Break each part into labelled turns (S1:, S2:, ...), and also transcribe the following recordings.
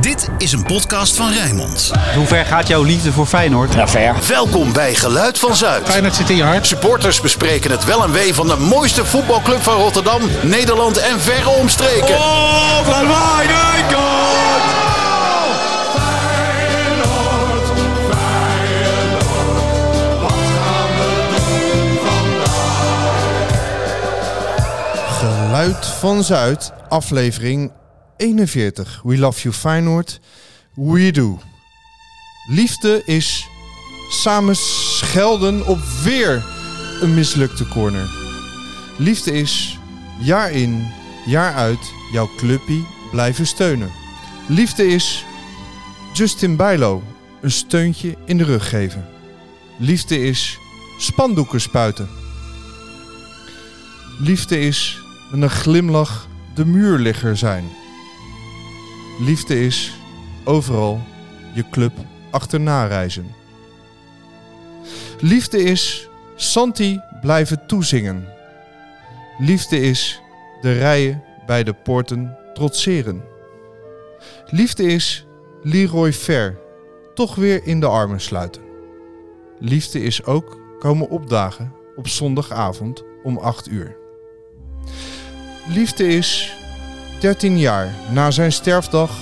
S1: Dit is een podcast van Rijnmond.
S2: Hoe ver gaat jouw liefde voor Feyenoord?
S3: Ja, ver.
S1: Welkom bij Geluid van Zuid.
S4: Feyenoord zit in je hart.
S1: Supporters bespreken het wel en wee van de mooiste voetbalclub van Rotterdam, Nederland en verre omstreken.
S5: Oh, van mijn god!
S6: Geluid van Zuid, aflevering 41. We love you Feyenoord, we do. Liefde is samen schelden op weer een mislukte corner. Liefde is jaar in, jaar uit jouw clubpie blijven steunen. Liefde is Justin Bijlo een steuntje in de rug geven. Liefde is spandoeken spuiten. Liefde is met een glimlach de muurligger zijn. Liefde is overal je club achterna reizen. Liefde is Santi blijven toezingen. Liefde is de rijen bij de poorten trotseren. Liefde is Leroy Ver toch weer in de armen sluiten. Liefde is ook komen opdagen op zondagavond om 8 uur. Liefde is 13 jaar na zijn sterfdag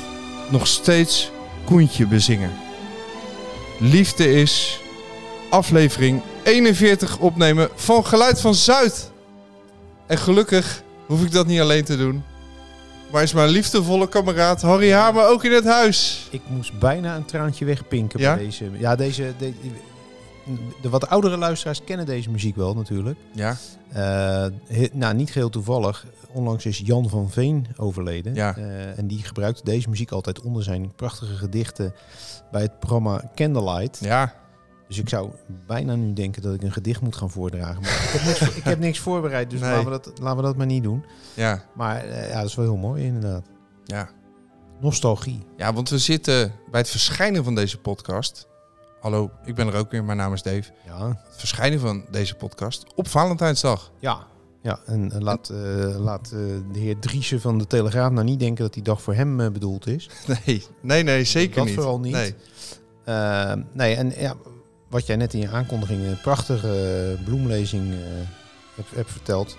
S6: nog steeds Koentje bezingen. Liefde is aflevering 41 opnemen van Geluid van Zuid. En gelukkig hoef ik dat niet alleen te doen. Maar is mijn liefdevolle kameraad Harry Hamer ook in het huis?
S7: Ik moest bijna een traantje wegpinken
S6: Ja?
S7: bij deze. Ja, deze. De, de wat oudere luisteraars kennen deze muziek wel natuurlijk.
S6: Ja.
S7: Eh, he- nou, niet geheel toevallig. Onlangs is Jan van Veen overleden.
S6: Ja.
S7: Eh, en die gebruikte deze muziek altijd onder zijn prachtige gedichten bij het programma Candlelight.
S6: Ja.
S7: Dus ik zou bijna nu denken dat ik een gedicht moet gaan voordragen. Maar ik, heb niks, ik heb niks voorbereid, dus
S6: Nee.
S7: laten, we dat, laten we dat maar niet doen.
S6: Ja.
S7: Maar eh, ja, dat is wel heel mooi inderdaad.
S6: Ja.
S7: Nostalgie.
S6: Ja, want we zitten bij het verschijnen van deze podcast. Hallo, ik ben er ook weer. Mijn naam is Dave.
S7: Ja.
S6: Het verschijnen van deze podcast op Valentijnsdag.
S7: Ja. Ja, en eh, laat, eh, laat eh, de heer Driessen van de Telegraaf nou niet denken dat die dag voor hem eh, bedoeld is.
S6: Nee, nee, nee, zeker
S7: Dat
S6: niet.
S7: vooral niet.
S6: Nee.
S7: Eh, nee, en ja, wat jij net in je aankondiging, een prachtige eh, bloemlezing eh, hebt, hebt verteld.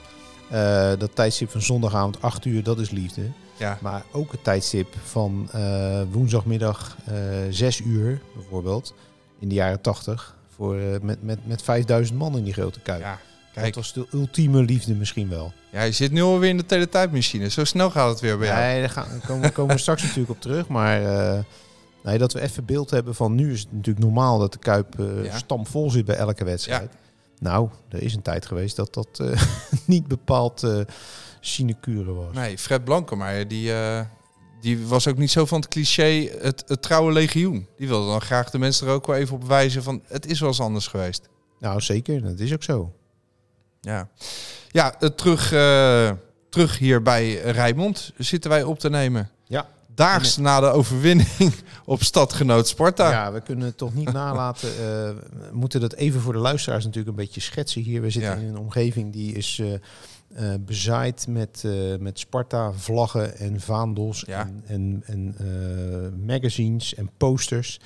S7: Eh, dat tijdstip van zondagavond 8 uur, dat is liefde.
S6: Ja.
S7: Maar ook het tijdstip van eh, woensdagmiddag eh 6 uur, bijvoorbeeld, in de jaren 80. Voor, eh, met, met, met 5000 man in die grote kuip.
S6: Ja,
S7: dat
S6: Kijk,
S7: was de ultieme liefde misschien wel.
S6: ja, je zit nu alweer in de teletijdmachine. Zo snel gaat het weer bij jou.
S7: Nee, daar gaan, daar komen, komen we straks natuurlijk op terug. Maar eh, nee, dat we even beeld hebben van nu is het natuurlijk normaal dat de Kuip eh
S6: Ja.
S7: stampvol zit bij elke wedstrijd. Nou, er is een tijd geweest dat dat eh, niet bepaald eh sinecure was.
S6: Nee, Fred Blankenmaier, die, eh, die was ook niet zo van het cliché het, het trouwe legioen. Die wilde dan graag de mensen er ook wel even op wijzen van het is wel eens anders geweest.
S7: Nou, zeker. Dat is ook zo.
S6: Ja, ja eh, terug, eh, terug hier bij Rijmond zitten wij op te nemen.
S7: Ja.
S6: Daags na de overwinning op stadgenoot Sparta.
S7: Ja, we kunnen het toch niet nalaten. eh, we moeten dat even voor de luisteraars natuurlijk een beetje schetsen hier. We zitten
S6: Ja.
S7: in een omgeving die is eh, eh, bezaaid met, eh, met Sparta, vlaggen en vaandels
S6: Ja.
S7: en, en, en eh, magazines en posters.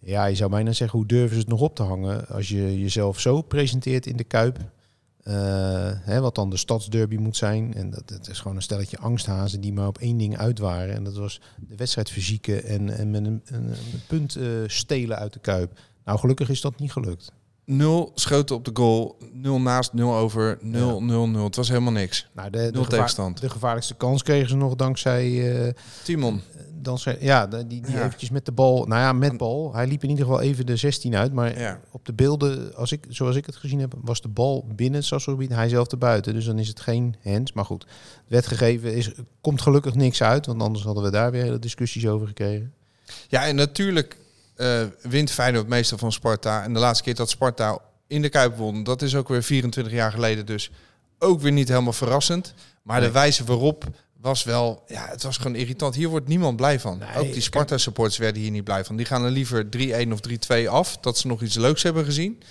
S7: Ja, je zou bijna zeggen, hoe durven ze het nog op te hangen als je jezelf zo presenteert in de Kuip? Eh, hè, wat dan de stadsderby moet zijn. En dat, dat is gewoon een stelletje angsthazen die maar op één ding uit waren. En dat was de wedstrijd verzieken en, en met een, een, een punt eh, stelen uit de kuip. Nou, gelukkig is dat niet gelukt.
S6: Nul schoten op de goal, nul naast, nul over, nul, nul, nul. Het was helemaal niks.
S7: Nou, de,
S6: Nul
S7: de,
S6: tegenstand.
S7: de gevaarlijkste kans kregen ze nog dankzij. eh,
S6: Timon,
S7: dankzij ja, de- die, die
S6: Ja.
S7: eventjes met de bal. Nou ja, met bal. Hij liep in ieder geval even de 16 uit. Maar
S6: Ja.
S7: op de beelden, als ik, zoals ik het gezien heb, was de bal binnen het Sasselgebied. Hij zelf te buiten. Dus dan is het geen hands. Maar goed, werd gegeven. Is, komt gelukkig niks uit. Want anders hadden we daar weer hele discussies over gekregen.
S6: Ja, en natuurlijk eh, wint Feyenoord meestal van Sparta. En de laatste keer dat Sparta in de Kuip won, dat is ook weer 24 jaar geleden. Dus ook weer niet helemaal verrassend. Maar de wijze waarop was wel, ja, het was gewoon irritant. Hier wordt niemand blij van. ook die Sparta-supporters werden hier niet blij van. Die gaan er liever 3-1 of 3-2 af, dat ze nog iets leuks hebben gezien,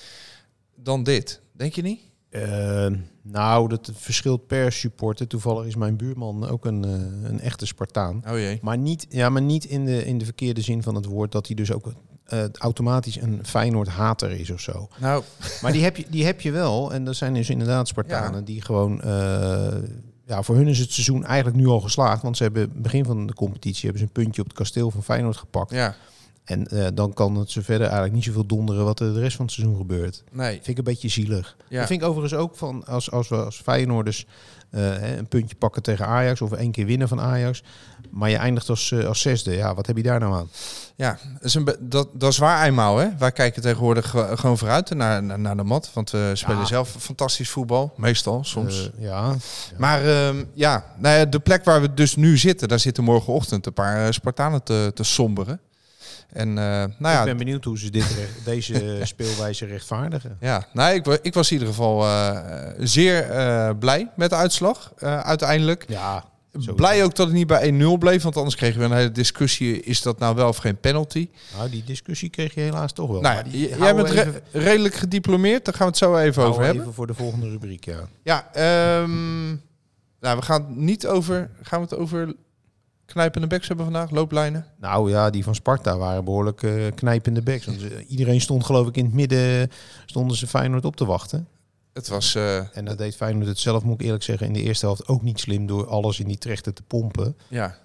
S6: dan dit. Denk je niet?
S7: Eh, nou, dat verschilt per supporter. Toevallig is mijn buurman ook een, eh, een echte Spartaan.
S6: Oh jee.
S7: Maar niet, ja, maar niet in, de, in de verkeerde zin van het woord dat hij dus ook eh, automatisch een Feyenoord-hater is of zo.
S6: Nou,
S7: Maar die heb, je, die heb je wel. En dat zijn dus inderdaad Spartanen die gewoon... eh, ja, voor hun is het seizoen eigenlijk nu al geslaagd. Want ze hebben begin van de competitie hebben ze een puntje op het kasteel van Feyenoord gepakt.
S6: ja,
S7: En eh, dan kan het ze verder eigenlijk niet zoveel donderen wat er de rest van het seizoen gebeurt.
S6: nee.
S7: Vind ik een beetje zielig.
S6: Ja.
S7: Dat vind ik overigens ook van als, als we als Feyenoorders eh, hè, een puntje pakken tegen Ajax of één keer winnen van Ajax. Maar je eindigt als, eh, als zesde. Ja, wat heb je daar nou aan?
S6: Ja, dat is, een be- dat, dat is waar eenmaal. Hè? Wij kijken tegenwoordig ge- gewoon vooruit naar, naar, naar de mat. Want eh, we spelen
S7: Ja.
S6: zelf fantastisch voetbal. Meestal, soms.
S7: Eh, ja.
S6: Maar ehm, ja, nou ja, de plek waar we dus nu zitten, daar zitten morgenochtend een paar eh, Spartanen te, te somberen. En eh, nou ja,
S7: Ik ben benieuwd hoe ze dit, recht- deze speelwijze rechtvaardigen.
S6: ja nou, ik, wa- ik was in ieder geval eh, zeer eh, blij met de uitslag eh, uiteindelijk.
S7: Ja, sowieso.
S6: Blij ook dat het niet bij 1-0 bleef, want anders kregen we een hele discussie: is dat nou wel of geen penalty?
S7: Nou, die discussie kreeg je helaas toch wel.
S6: nou,
S7: Maar
S6: ja,
S7: die
S6: j- jij
S7: houden
S6: bent
S7: we
S6: re-
S7: even-
S6: redelijk gediplomeerd, daar gaan we het zo even
S7: houden
S6: over
S7: we
S6: hebben.
S7: Even voor de volgende rubriek, ja.
S6: Ja, ehm, nou, we gaan het niet over. Gaan we het over knijpende backs hebben vandaag? Looplijnen?
S7: Nou ja, die van Sparta waren behoorlijk eh knijpende backs. Want eh, iedereen stond geloof ik in het midden, stonden ze Feyenoord op te wachten.
S6: Het was. eh,
S7: En dat deed Feyenoord het zelf, moet ik eerlijk zeggen, in de eerste helft ook niet slim door alles in die trechter te pompen.
S6: ja,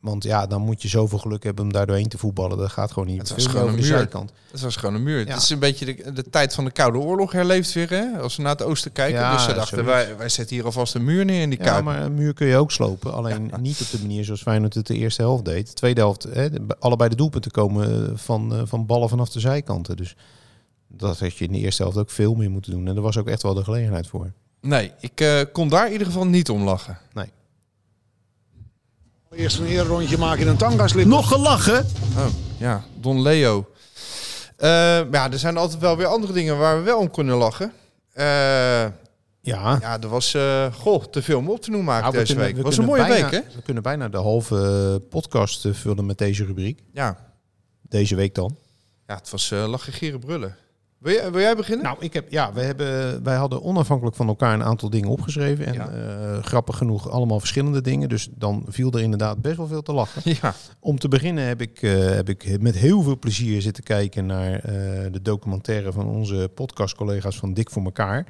S7: Want ja, dan moet je zoveel geluk hebben om daar doorheen te voetballen. Dat gaat gewoon niet.
S6: Het
S7: Het
S6: was
S7: is
S6: gewoon
S7: over de
S6: een muur.
S7: zijkant.
S6: het was gewoon een muur.
S7: Ja.
S6: Het is een beetje de, de tijd van de Koude Oorlog herleeft weer, hè? Als we naar het oosten kijken.
S7: Ja,
S6: dus ze dachten,
S7: zoiets.
S6: wij, wij zetten hier alvast een muur neer in die
S7: Ja,
S6: kuip.
S7: maar een muur kun je ook slopen. Alleen niet op de manier zoals Feyenoord het de eerste helft deed. De tweede helft, hè, de- allebei de doelpunten komen eh, van, eh, van ballen vanaf de zijkanten. Dus dat had je in de eerste helft ook veel meer moeten doen. En daar was ook echt wel de gelegenheid voor.
S6: Nee, ik eh, kon daar in ieder geval niet om lachen.
S7: Nee.
S1: Eerst een eerrondje maken in een tangaslip.
S8: Nog gelachen?
S6: Oh, ja, Don Leo. Eh, maar ja, er zijn altijd wel weer andere dingen waar we wel om kunnen lachen. Eh,
S7: Ja,
S6: ja, er was eh, goh, te veel om op te noemen
S7: Nou,
S6: eigenlijk
S7: we
S6: deze
S7: kunnen-
S6: week.
S7: we
S6: Het was een
S7: kunnen
S6: mooie
S7: bijna-
S6: week, hè?
S7: We kunnen bijna de halve eh, podcast eh, vullen met deze rubriek.
S6: Ja.
S7: Deze week dan.
S6: Ja, het was eh lachen, gieren, brullen. Wil jij, wil jij beginnen?
S7: Nou, ik heb, ja, we hebben, wij hadden onafhankelijk van elkaar een aantal dingen opgeschreven. En
S6: Ja.
S7: eh, grappig genoeg allemaal verschillende dingen. Dus dan viel er inderdaad best wel veel te lachen.
S6: ja.
S7: Om te beginnen heb ik, eh, heb ik met heel veel plezier zitten kijken naar eh, de documentaire van onze podcastcollega's van Dik voor elkaar.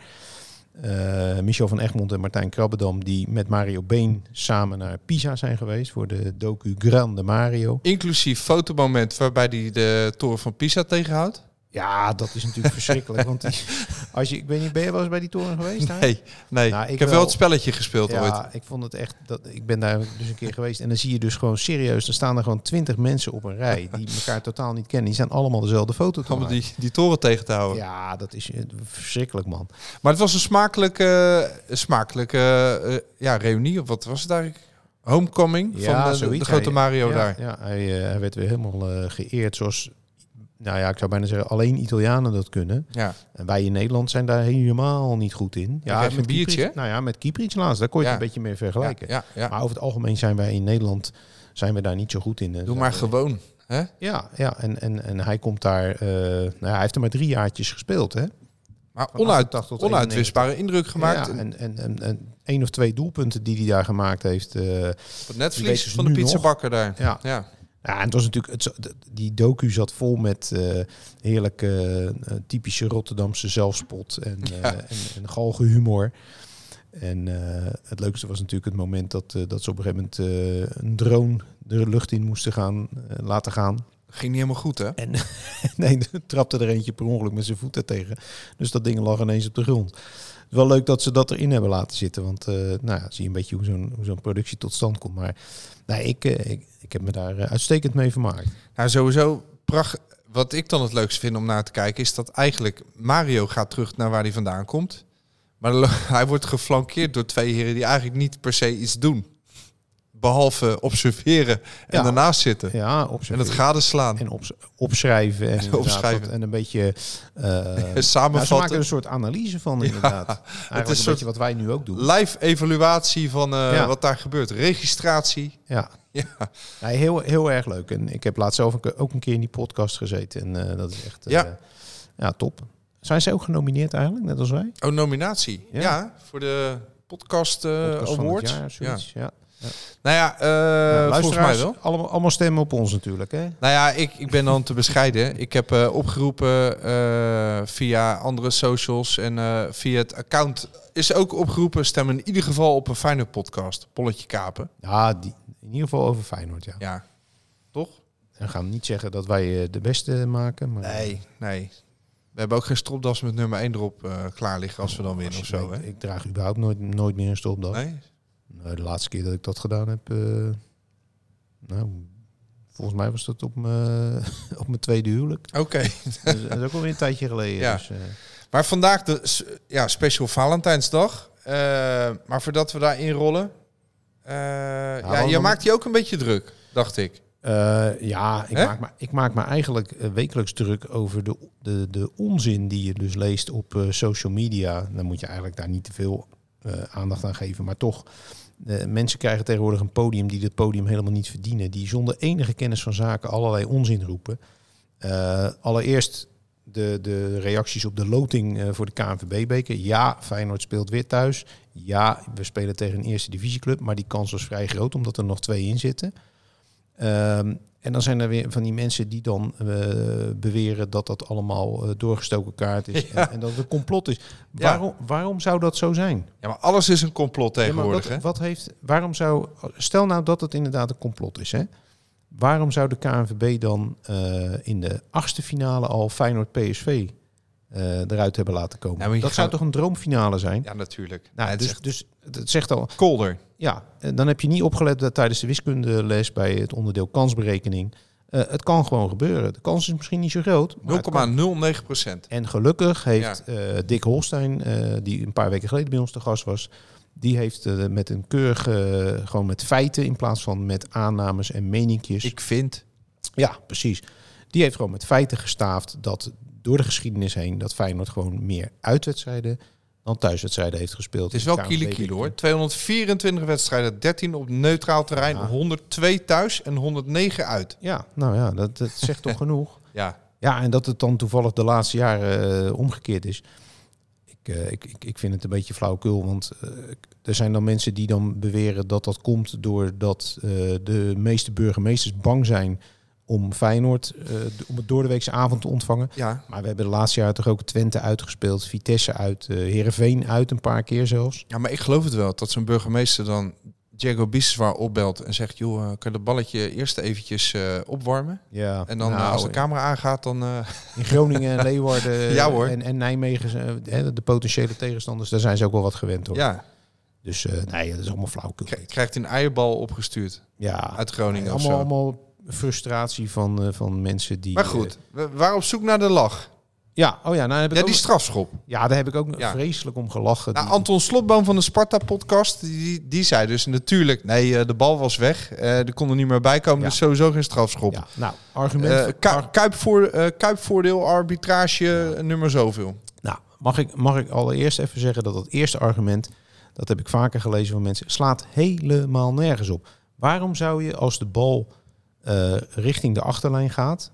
S7: Eh, Michel van Egmond en Martijn Krabbedam, die met Mario Been samen naar Pisa zijn geweest voor de docu Grande Mario.
S6: Inclusief fotomoment waarbij hij de toren van Pisa tegenhoudt.
S7: Ja, dat is natuurlijk verschrikkelijk. Want die- als je, ik weet niet, ben je wel eens bij die toren geweest? daar?
S6: Nee, nee.
S7: Nou, ik
S6: ik, heb wel,
S7: wel.
S6: het spelletje gespeeld ooit.
S7: Ja, ik vond het echt. Dat, ik ben daar dus een keer geweest. En dan zie je dus gewoon serieus. Dan staan er gewoon twintig mensen op een rij. Die elkaar totaal niet kennen. Die zijn allemaal dezelfde foto. Te
S6: Om
S7: maken.
S6: die, die toren tegen te houden.
S7: Ja, dat is eh, verschrikkelijk, man.
S6: Maar het was een smakelijke, eh, smakelijke eh, eh, ja, reunie. Of wat was het eigenlijk? Homecoming
S7: Ja,
S6: van eh, de- de,
S7: zoiets.
S6: grote
S7: Hij-
S6: Mario
S7: ja,
S6: daar.
S7: Ja, hij, eh, hij werd weer helemaal eh, geëerd. Zoals. Nou ja, ik zou bijna zeggen, alleen Italianen dat kunnen.
S6: Ja.
S7: En wij in Nederland zijn daar helemaal niet goed in.
S6: krijg je een biertje,
S7: Kieprits- Nou ja, met Kieprits laatst. Daar kon je
S6: Ja.
S7: het een beetje mee
S6: Ja,
S7: vergelijken.
S6: ja, ja.
S7: Maar over het algemeen zijn wij in Nederland zijn we daar niet zo goed in. eh.
S6: Doe maar gewoon. Hè?
S7: Ja, ja en, en, en hij komt daar... eh, nou ja, hij heeft er maar drie jaartjes gespeeld, hè?
S6: Maar
S7: Van
S6: onuit,
S7: 88 tot
S6: onuitwisbare indruk gemaakt.
S7: Ja,
S6: en
S7: en, en, en, en één of twee doelpunten die hij daar gemaakt heeft. eh,
S6: op het
S7: die weten
S6: netvlies
S7: ze
S6: van de
S7: nu nog.
S6: pizzabakker daar.
S7: Ja.
S6: Ja.
S7: ja, en het was natuurlijk... Het, zo- d- die docu zat vol met eh, heerlijke, eh, typische Rotterdamse zelfspot en, eh en, en galgenhumor. En eh, het leukste was natuurlijk het moment dat, eh, dat ze op een gegeven moment eh, een drone de lucht in moesten gaan, eh, laten gaan.
S6: Ging niet helemaal goed, hè?
S7: En nee, er trapte er eentje per ongeluk met zijn voeten tegen. Dus dat ding lag ineens op de grond. Wel leuk dat ze dat erin hebben laten zitten. Want eh nou ja, zie je een beetje hoe zo'n, hoe zo'n productie tot stand komt. Maar nee, ik, eh, ik, ik heb me daar eh, uitstekend mee vermaakt.
S6: Nou, sowieso pracht. Wat ik dan het leukste vind om naar te kijken is dat eigenlijk Mario gaat terug naar waar hij vandaan komt. Maar lo- hij wordt geflankeerd door twee heren die eigenlijk niet per se iets doen. Behalve observeren en
S7: Ja.
S6: daarnaast zitten.
S7: Ja,
S6: En
S7: observeren.
S6: het gadeslaan.
S7: En ops- opschrijven. En, inderdaad
S6: opschrijven.
S7: wat- en een beetje... eh,
S6: En
S7: nou, ze
S6: samenvatten.
S7: maken er een soort analyse van, inderdaad. Eigenlijk
S6: is
S7: een
S6: soort-
S7: beetje wat wij nu ook doen.
S6: Live evaluatie van eh,
S7: dus- Ja.
S6: wat daar gebeurt. Registratie.
S7: Ja.
S6: Ja.
S7: Nee, heel, heel erg leuk. En ik heb laatst zelf ook- ook een keer in die podcast gezeten. En eh, dat is echt eh,
S6: Ja.
S7: ja. top. Zijn ze ook genomineerd eigenlijk, net als wij?
S6: Oh, nominatie. Ja,
S7: Ja.
S6: voor de podcast, eh
S7: Podcast van
S6: award.
S7: het jaar, zoiets, ja.
S6: Nou ja, eh, volgens mij
S7: Luisteraars,
S6: wel.
S7: Allemaal, allemaal stemmen op ons natuurlijk, hè?
S6: Nou ja, ik, ik ben dan te bescheiden. Ik heb eh, opgeroepen eh, via andere socials en eh, via het account is ook opgeroepen. Stem in ieder geval op een fijne podcast, Polletje Kapen.
S7: Ja, die, in ieder geval over Feyenoord, ja.
S6: Ja, toch?
S7: En gaan we niet zeggen dat wij eh, de beste maken, maar...
S6: Nee, nee. We hebben ook geen stropdas met nummer 1 erop eh, klaar liggen als we dan winnen of zo.
S7: ik,
S6: Hè?
S7: ik draag überhaupt nooit, nooit meer een stopdas.
S6: Nee?
S7: Nou, de laatste keer dat ik dat gedaan heb, eh, nou, volgens mij was dat op mijn, op mijn tweede huwelijk.
S6: Oké.
S7: dat is dat is ook alweer een tijdje geleden.
S6: Ja.
S7: Dus, eh,
S6: Maar vandaag de s- ja, special Valentijnsdag. Eh, maar voordat we daar inrollen. eh, ja,
S7: want
S6: je
S7: Nou, dan-
S6: maakt je ook een beetje druk, dacht ik.
S7: eh, ja, ik
S6: Hè?
S7: maak, me, ik maak me eigenlijk eh, wekelijks druk over de, de, de onzin die je dus leest op eh, social media. Dan moet je eigenlijk daar niet te veel eh, aandacht aan geven. Maar toch, eh, mensen krijgen tegenwoordig een podium die dat podium helemaal niet verdienen. Die zonder enige kennis van zaken allerlei onzin roepen. Eh, allereerst de, de reacties op de loting eh, voor de KNVB-beker. Ja, Feyenoord speelt weer thuis. Ja, we spelen tegen een eerste divisieclub. Maar die kans was vrij groot, omdat er nog twee in zitten. Ehm, en dan zijn er weer van die mensen die dan eh, beweren dat dat allemaal eh, doorgestoken kaart is. En, en dat het een complot is. Waarom, waarom zou dat zo zijn?
S6: Ja, maar alles is een complot
S7: Ja, maar
S6: tegenwoordig.
S7: wat, wat heeft, waarom zou, stel nou dat het inderdaad een complot is, hè? Waarom zou de KNVB dan eh, in de achtste finale al Feyenoord PSV eh, eruit hebben laten komen?
S6: Nou, maar je
S7: dat zou
S6: gaat-
S7: toch een droomfinale zijn?
S6: hè? Ja, natuurlijk.
S7: nou,
S6: Ja, het
S7: dus,
S6: is echt
S7: dus dat zegt al,
S6: kolder.
S7: ja, eh, dan heb je niet opgelet dat tijdens de wiskundeles bij het onderdeel kansberekening. eh, het kan gewoon gebeuren. De kans is misschien niet zo groot. maar het kan.
S6: 0,09 procent.
S7: En gelukkig heeft eh, Dick Holstein, eh, die een paar weken geleden bij ons te gast was, die heeft eh, met een keurig, eh, gewoon met feiten in plaats van met aannames en meninkjes.
S6: Ik vind.
S7: Ja, precies. Die heeft gewoon met feiten gestaafd dat door de geschiedenis heen dat Feyenoord gewoon meer uitwedstrijden dan thuiswedstrijden heeft gespeeld.
S6: Het is wel
S7: In de KNVB
S6: kilo kilo hoor. 224 wedstrijden, 13 op neutraal terrein,
S7: Ja.
S6: 102 thuis en 109 uit.
S7: Ja, nou ja, dat, dat zegt toch genoeg.
S6: Ja,
S7: Ja, en dat het dan toevallig de laatste jaren eh, omgekeerd is. Ik, eh, ik, ik, ik vind het een beetje flauwkul, want eh, er zijn dan mensen die dan beweren dat dat komt doordat eh, de meeste burgemeesters bang zijn om Feyenoord eh, d- om het door de weekse avond te ontvangen.
S6: ja.
S7: Maar we hebben de laatste jaren toch ook Twente uitgespeeld, Vitesse uit, eh Heerenveen uit een paar keer zelfs.
S6: ja maar ik geloof het wel dat zo'n burgemeester dan Diego Biseswar opbelt en zegt... joh, eh, kan je dat balletje eerst eventjes eh, opwarmen?
S7: Ja,
S6: En dan eh, als de camera aangaat, dan... eh,
S7: Nou, in Groningen en Leeuwarden
S6: Ja, hoor.
S7: en, en Nijmegen, eh, hè, de potentiële tegenstanders, daar zijn ze ook wel wat gewend hoor.
S6: ja,
S7: Dus eh, nee, dat is allemaal flauwkul.
S6: k- krijgt een eierbal opgestuurd
S7: Ja,
S6: uit Groningen of
S7: allemaal,
S6: zo.
S7: allemaal frustratie van, eh, van mensen die.
S6: Maar
S7: eh,
S6: goed, we we waren op zoek naar de lach.
S7: ja, oh ja, nou heb ik
S6: Ja,
S7: ook,
S6: die strafschop.
S7: ja, daar heb ik ook
S6: Ja.
S7: vreselijk om gelachen.
S6: Nou,
S7: Die-
S6: Anton Slotboom van de Sparta-podcast, die, die zei dus natuurlijk... nee, eh, de bal was weg, eh er kon er niet meer bij komen,
S7: Ja.
S6: dus sowieso geen strafschop.
S7: ja, nou, argument.
S6: Eh,
S7: van-
S6: Ku-
S7: ar-
S6: Kuipvoor- eh, Kuipvoordeel, arbitrage, eh, nummer zoveel.
S7: nou, mag ik, mag ik allereerst even zeggen dat dat eerste argument, dat heb ik vaker gelezen van mensen, slaat helemaal nergens op. Waarom zou je als de bal eh, richting de achterlijn gaat,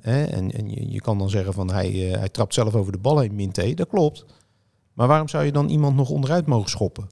S7: hè, en, en je, je kan dan zeggen van hij, eh, hij trapt zelf over de bal heen, min T, dat klopt. Maar waarom zou je dan iemand nog onderuit mogen schoppen?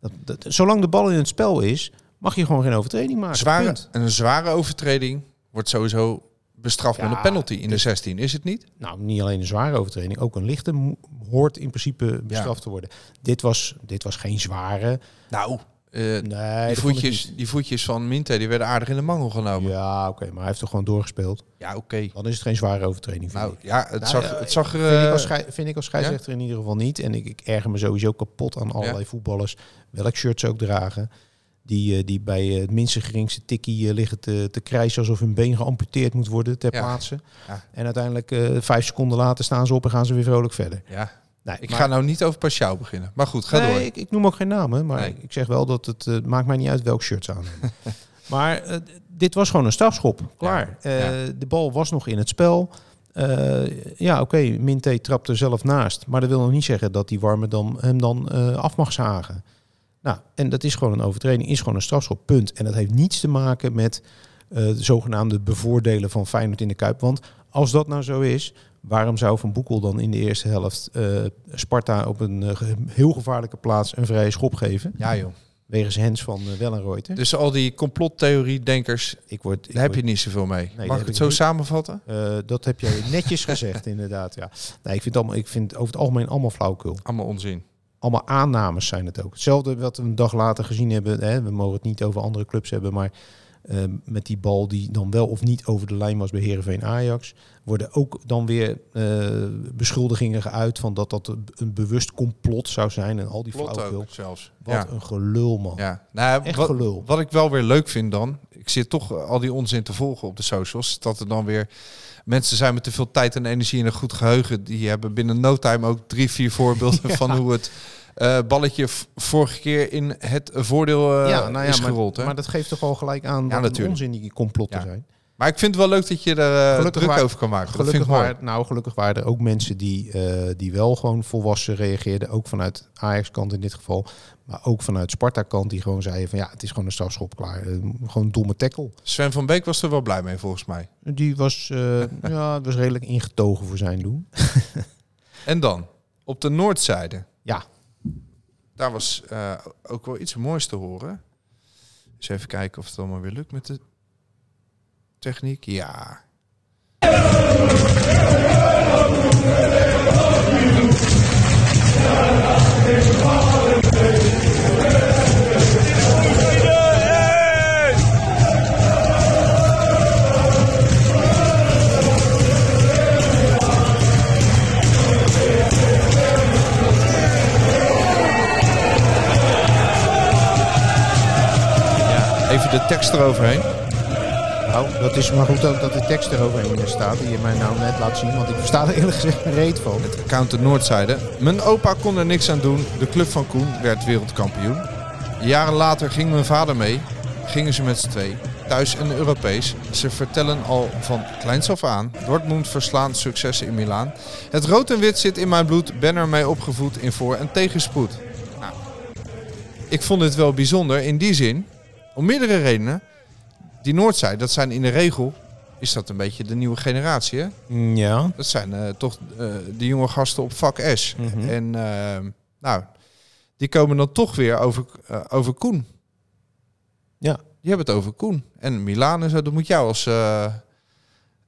S7: Dat, dat, zolang de bal in het spel is, mag je gewoon geen overtreding maken.
S6: Zware,
S7: punt.
S6: een zware overtreding wordt sowieso bestraft met
S7: Ja, dus-
S6: een penalty in de 16, is het niet?
S7: nou, niet alleen een zware overtreding, ook een lichte mo- hoort in principe bestraft te worden. Dit was, dit was geen zware.
S6: Nou,
S7: Nee,
S6: die,
S7: dat vond ik
S6: voetjes,
S7: niet.
S6: die voetjes van Minte die werden aardig in de mangel genomen. Ja,
S7: Ja, oké, maar hij heeft toch gewoon doorgespeeld.
S6: oké.
S7: Dan is het geen zware overtreding. Vind,
S6: Nou
S7: ik.
S6: ja, het
S7: Nou,
S6: zag,
S7: ja,
S6: het zag er...
S7: vind, ik
S6: eh,
S7: als schei- vind ik als scheidsrechter in ieder geval niet. En ik, ik erger me sowieso kapot aan allerlei voetballers, welk shirt ze ook dragen. Die, eh, die bij eh, het minste geringste tikkie eh, liggen te, te krijsen alsof hun been geamputeerd moet worden ter
S6: Ja.
S7: plaatse.
S6: Ja.
S7: En uiteindelijk eh, vijf seconden later staan ze op en gaan ze weer vrolijk verder.
S6: ja,
S7: Nee,
S6: ik
S7: maar-
S6: ga nou niet over Paschal beginnen. Maar goed, ga
S7: nee,
S6: door.
S7: Ik, ik noem ook geen namen, maar
S6: Nee.
S7: ik- ik zeg wel dat het eh, maakt mij niet uit welk shirt ze aan. hebben. maar eh, d- dit was gewoon een strafschop. Klaar. Eh, De bal was nog in het spel. Eh, ja, oké, Minte trapte zelf naast. Maar dat wil nog niet zeggen dat die warme dan, hem dan eh, af mag zagen. Nou, en dat is gewoon een overtreding, is gewoon een strafschop, punt. En dat heeft niets te maken met eh, de zogenaamde bevoordelen van Feyenoord in de Kuip. Want als dat nou zo is, Waarom zou Van Boekel dan in de eerste helft eh, Sparta op een eh, ge- heel gevaarlijke plaats een vrije schop geven?
S6: Ja, joh.
S7: Wegens Hens van eh, Wellenreuter.
S6: Dus al die complottheorie-denkers,
S7: ik word, ik
S6: daar heb
S7: word-
S6: je niet zoveel mee. Mag
S7: daar heb
S6: ik
S7: ik
S6: het zo
S7: niet.
S6: samenvatten?
S7: eh, dat heb jij netjes gezegd, inderdaad. Ja. Nee, ik, vind het allemaal, ik vind het over het algemeen allemaal flauwkul.
S6: Allemaal onzin.
S7: allemaal aannames zijn het ook. Hetzelfde wat we een dag later gezien hebben. Hè, we mogen het niet over andere clubs hebben, maar eh, met die bal die dan wel of niet over de lijn was bij Herenveen Ajax, worden ook dan weer eh, beschuldigingen geuit van dat dat een- een bewust complot zou zijn en al die
S6: Plot
S7: flauwekul.
S6: ook zelfs.
S7: Wat
S6: ja.
S7: een gelul man.
S6: ja. Nou,
S7: Echt
S6: wat,
S7: gelul.
S6: Wat ik wel weer leuk vind dan, ik zit toch eh, al die onzin te volgen op de socials, dat er dan weer mensen zijn met te veel tijd en energie en een goed geheugen. Die hebben binnen no time ook drie, vier voorbeelden van hoe het eh, balletje v- vorige keer in het voordeel eh, is
S7: nou maar,
S6: gerold. hè? Maar,
S7: maar dat geeft toch al gelijk aan wat een
S6: natuurlijk.
S7: onzin die complotten
S6: Ja.
S7: zijn.
S6: ik vind het wel leuk dat je er eh,
S7: Gelukkig
S6: druk
S7: waar-
S6: over kan maken. Dat vind
S7: Gelukkig,
S6: ik mooi.
S7: waren, nou, gelukkig waren er ook mensen die, eh, die wel gewoon volwassen reageerden. Ook vanuit Ajax-kant in dit geval. Maar ook vanuit Sparta-kant die gewoon zeiden van ja, het is gewoon een strafschop klaar. Eh, gewoon een domme tackle.
S6: Sven van Beek was er wel blij mee volgens mij.
S7: Die was, eh, ja, was redelijk ingetogen voor zijn doen.
S6: En dan, op de noordzijde.
S7: Ja.
S6: Daar was eh, ook wel iets moois te horen. Dus even kijken of het allemaal weer lukt met de techniek. Ja. Even de tekst eroverheen.
S7: Nou, dat is maar goed ook dat de tekst eroverheen staat. Die je mij nou net laat zien. Want ik versta er eerlijk gezegd een reet van.
S6: Account de Noordzijde. Mijn opa kon er niks aan doen. De club van Koen werd wereldkampioen. Jaren later ging mijn vader mee. Gingen ze met z'n twee. Thuis en Europees. Ze vertellen al van kleins af aan. Dortmund verslaan successen in Milaan. Het rood en wit zit in mijn bloed. Ben ermee opgevoed in voor- en tegenspoed. Nou, ik vond dit wel bijzonder in die zin. Om meerdere redenen. Die Noordzijde, dat zijn in de regel... Is dat een beetje de nieuwe generatie, hè?
S7: Ja.
S6: Dat zijn eh, toch eh de jonge gasten op vak S.
S7: Mhm.
S6: En eh, nou, die komen dan toch weer over, eh, over Koen.
S7: Ja.
S6: Die hebben het over Koen. En Milaan en zo, dat moet jou als eh,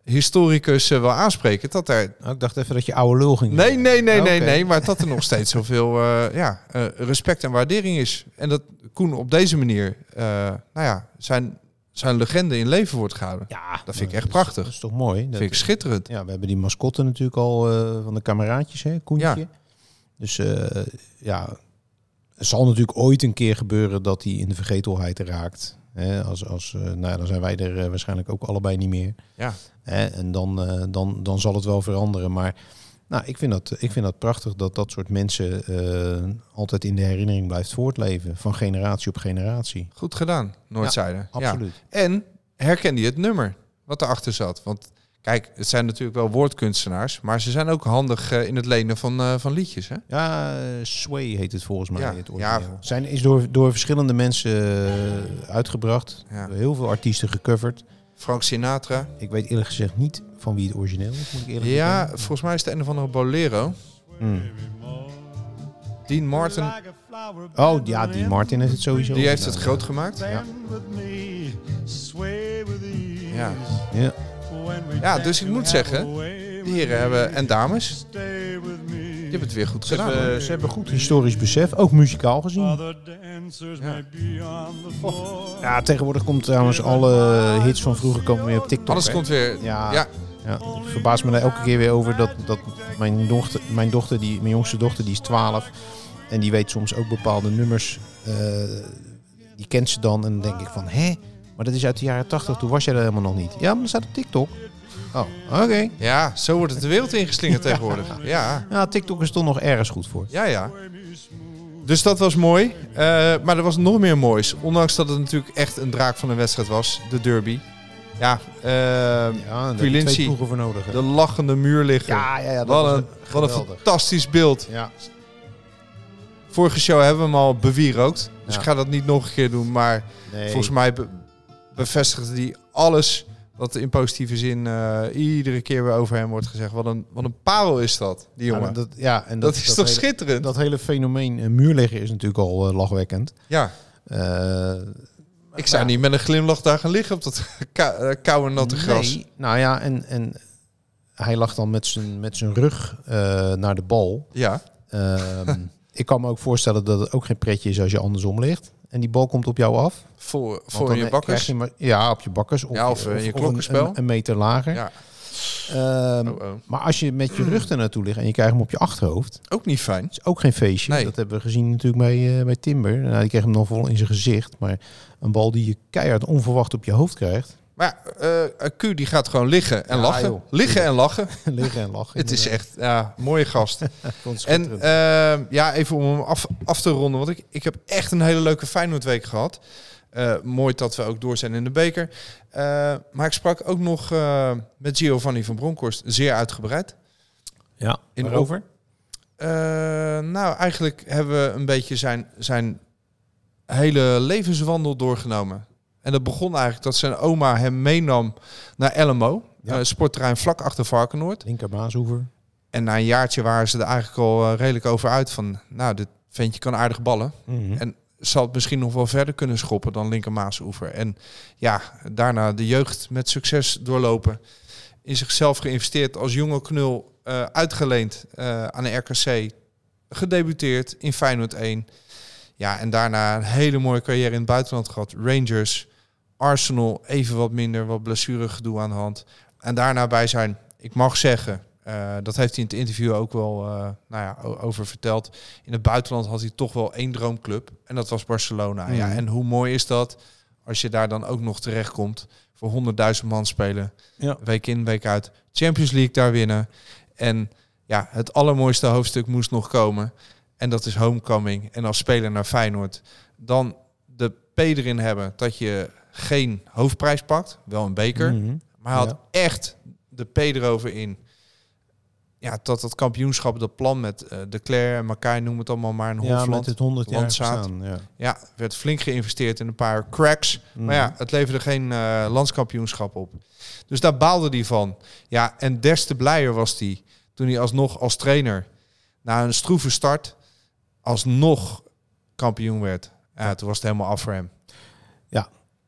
S6: historicus eh, wel aanspreken. Dat er...
S7: Nou, ik dacht even dat je oude lul ging
S6: Nee, nee, nee, nee,
S7: Oké.
S6: nee. Maar dat er nog steeds zoveel eh, ja, eh, respect en waardering is. En dat Koen op deze manier, eh, nou ja, zijn, zijn legende in leven wordt gehouden.
S7: Ja,
S6: Dat vind ik echt
S7: is-
S6: prachtig.
S7: Dat is toch mooi?
S6: Dat
S7: Dat-
S6: vind ik schitterend.
S7: Ja, we hebben die mascotte natuurlijk al eh, van de kameraadjes, hè, Koentje.
S6: Ja.
S7: Dus eh, ja, het zal natuurlijk ooit een keer gebeuren dat hij in de vergetelheid raakt. Hè, als, als, eh, nou, ja, dan zijn wij er eh, waarschijnlijk ook allebei niet meer.
S6: Ja.
S7: Hè, en dan, eh, dan, dan zal het wel veranderen. Maar nou, ik, vind dat, ik vind dat prachtig dat dat soort mensen eh, altijd in de herinnering blijft voortleven. Van generatie op generatie.
S6: Goed gedaan, Noordzijde. Ja,
S7: Absoluut.
S6: En herkende je het nummer wat erachter zat? Want kijk, het zijn natuurlijk wel woordkunstenaars, maar ze zijn ook handig eh, in het lenen van, eh, van liedjes. Hè?
S7: Ja, eh, Sway heet het volgens mij.
S6: Ja,
S7: het origineel.
S6: ja.
S7: Zijn, is door, door verschillende mensen eh, uitgebracht.
S6: Ja.
S7: Door heel veel artiesten gecoverd.
S6: Frank Sinatra.
S7: Ik weet eerlijk gezegd niet van wie het origineel is, moet ik eerlijk
S6: Ja,
S7: bekennen.
S6: volgens mij is het een of andere Bolero.
S7: Hmm.
S6: Dean Martin,
S7: Oh ja, die Martin heeft het sowieso.
S6: die heeft het
S7: gedaan.
S6: groot gemaakt. Ja.
S7: Ja.
S6: ja, dus ik moet zeggen, die heren hebben, en dames, die hebben het weer eh, goed gedaan. hoor.
S7: Ze hebben goed historisch besef, ook muzikaal gezien. Ja, tegenwoordig komt trouwens alle hits van vroeger komen weer op TikTok.
S6: Alles
S7: hè?
S6: komt weer.
S7: Ja.
S6: ja,
S7: Ja, ik verbaas me daar elke keer weer over dat, dat mijn, dochter, mijn dochter, die, mijn jongste dochter, die is 12. En die weet soms ook bepaalde nummers. eh, die kent ze dan. En dan denk ik van, hè? Maar dat is uit de jaren 80. Toen was jij daar helemaal nog niet. Ja, maar dat staat op TikTok. Oh, oké.
S6: ja, zo wordt het de wereld ingeslingerd tegenwoordig. Ja.
S7: Ja, TikTok is toch nog ergens goed voor.
S6: Ja, ja. Dus dat was mooi. Eh, maar er was nog meer moois. Ondanks dat het natuurlijk echt een draak van een wedstrijd was. De derby. Ja, eh,
S7: Ja, en daar heb je
S6: Quilincy.
S7: twee ploegen voor nodig. hè.
S6: de lachende muur liggen.
S7: Ja, ja, ja. Dat
S6: wat,
S7: was
S6: een, wat een
S7: geweldig.
S6: fantastisch beeld.
S7: Ja.
S6: Vorige show hebben we hem al bewierookt. Dus
S7: Ja.
S6: ik ga dat niet nog een keer doen. Maar
S7: Nee.
S6: volgens mij be- bevestigde die alles Dat in positieve zin eh, iedere keer weer over hem wordt gezegd. Wat een, wat een parel is dat, die jongen.
S7: Ja,
S6: dat,
S7: dat, ja, en dat,
S6: is
S7: dat
S6: toch
S7: hele,
S6: schitterend?
S7: Dat hele fenomeen eh, muurliggen is natuurlijk al eh, lachwekkend.
S6: ja,
S7: Eh,
S6: ik zou
S7: ja.
S6: niet met een glimlach daar gaan liggen op dat ka- eh, koude natte gras.
S7: Nee, nou ja, en, en hij lag dan met zijn, met zijn rug eh, naar de bal.
S6: Ja,
S7: Ehm, ik kan me ook voorstellen dat het ook geen pretje is als je andersom ligt. En die bal komt op jou af. Want
S6: voor,
S7: dan
S6: voor je
S7: he-
S6: bakkers.
S7: krijg je maar- ja, op je bakkers. Of,
S6: Ja, of, eh, je
S7: een-
S6: klokkenspel.
S7: Een, een meter lager.
S6: Ja.
S7: Ehm,
S6: Oh, oh.
S7: Maar als je met je rug er naartoe ligt en je krijgt hem op je achterhoofd.
S6: Ook niet fijn.
S7: is ook geen feestje.
S6: Nee.
S7: Dat hebben we gezien natuurlijk bij, eh, bij Timber. Nou, die kreeg hem dan vol in zijn gezicht. Maar een bal die je keihard onverwacht op je hoofd krijgt.
S6: Maar eh, eh, Q die gaat gewoon liggen en
S7: Ja,
S6: lachen.
S7: joh.
S6: Liggen en lachen.
S7: liggen en lachen.
S6: Het is
S7: inderdaad.
S6: echt, ja, mooie gast.
S7: Ik vond het
S6: En
S7: schitterend.
S6: eh, ja, even om hem af, af te ronden. Want ik, ik heb echt een hele leuke Feyenoordweek gehad. Eh, mooi dat we ook door zijn in de beker. Eh, maar ik sprak ook nog eh, met Giovanni van Bronckhorst. Zeer uitgebreid.
S7: ja,
S6: in
S7: waarover?
S6: Eh, nou, eigenlijk hebben we een beetje zijn, zijn hele levenswandel doorgenomen. En dat begon eigenlijk dat zijn oma hem meenam naar LMO.
S7: Ja.
S6: eh, sportterrein vlak achter Varkenoord.
S7: Linker Maashoever.
S6: En na een jaartje waren ze er eigenlijk al eh, redelijk over uit van... Nou, dit ventje kan aardig ballen.
S7: Mhm.
S6: En Zal het misschien nog wel verder kunnen schoppen dan linker Maasoever. En ja, daarna de jeugd met succes doorlopen. In zichzelf geïnvesteerd als jonge knul. eh, uitgeleend eh, aan de RKC. Gedebuteerd in Feyenoord 1. Ja, en daarna een hele mooie carrière in het buitenland gehad. Rangers, Arsenal, even wat minder, wat blessuregedoe aan de hand. En daarna bij zijn, ik mag zeggen, eh, dat heeft hij in het interview ook wel eh, nou ja, o- over verteld. In het buitenland had hij toch wel één droomclub. En dat was Barcelona. Ja, en hoe mooi is dat als je daar dan ook nog terechtkomt voor 100.000 man spelen.
S7: Ja.
S6: Week in, week uit. Champions League daar winnen. En ja, het allermooiste hoofdstuk moest nog komen. En dat is homecoming. En als speler naar Feyenoord. Dan de P erin hebben dat je geen hoofdprijs pakt. Wel een beker.
S7: Mhm.
S6: Maar hij had echt de P erover in. Ja, dat dat kampioenschap, dat plan met eh, de Claire en Makai, noem het allemaal maar, een
S7: Ja, met
S6: Hofland.
S7: het 100 jaar
S6: Landzaad.
S7: bestaan, Ja.
S6: Ja, werd flink geïnvesteerd in een paar cracks.
S7: Mhm.
S6: Maar ja, het leverde geen eh, landskampioenschap op. Dus daar baalde hij van. Ja, en des te blijer was hij toen hij alsnog als trainer na een stroeve start alsnog kampioen werd. Ja, toen was het helemaal af voor hem.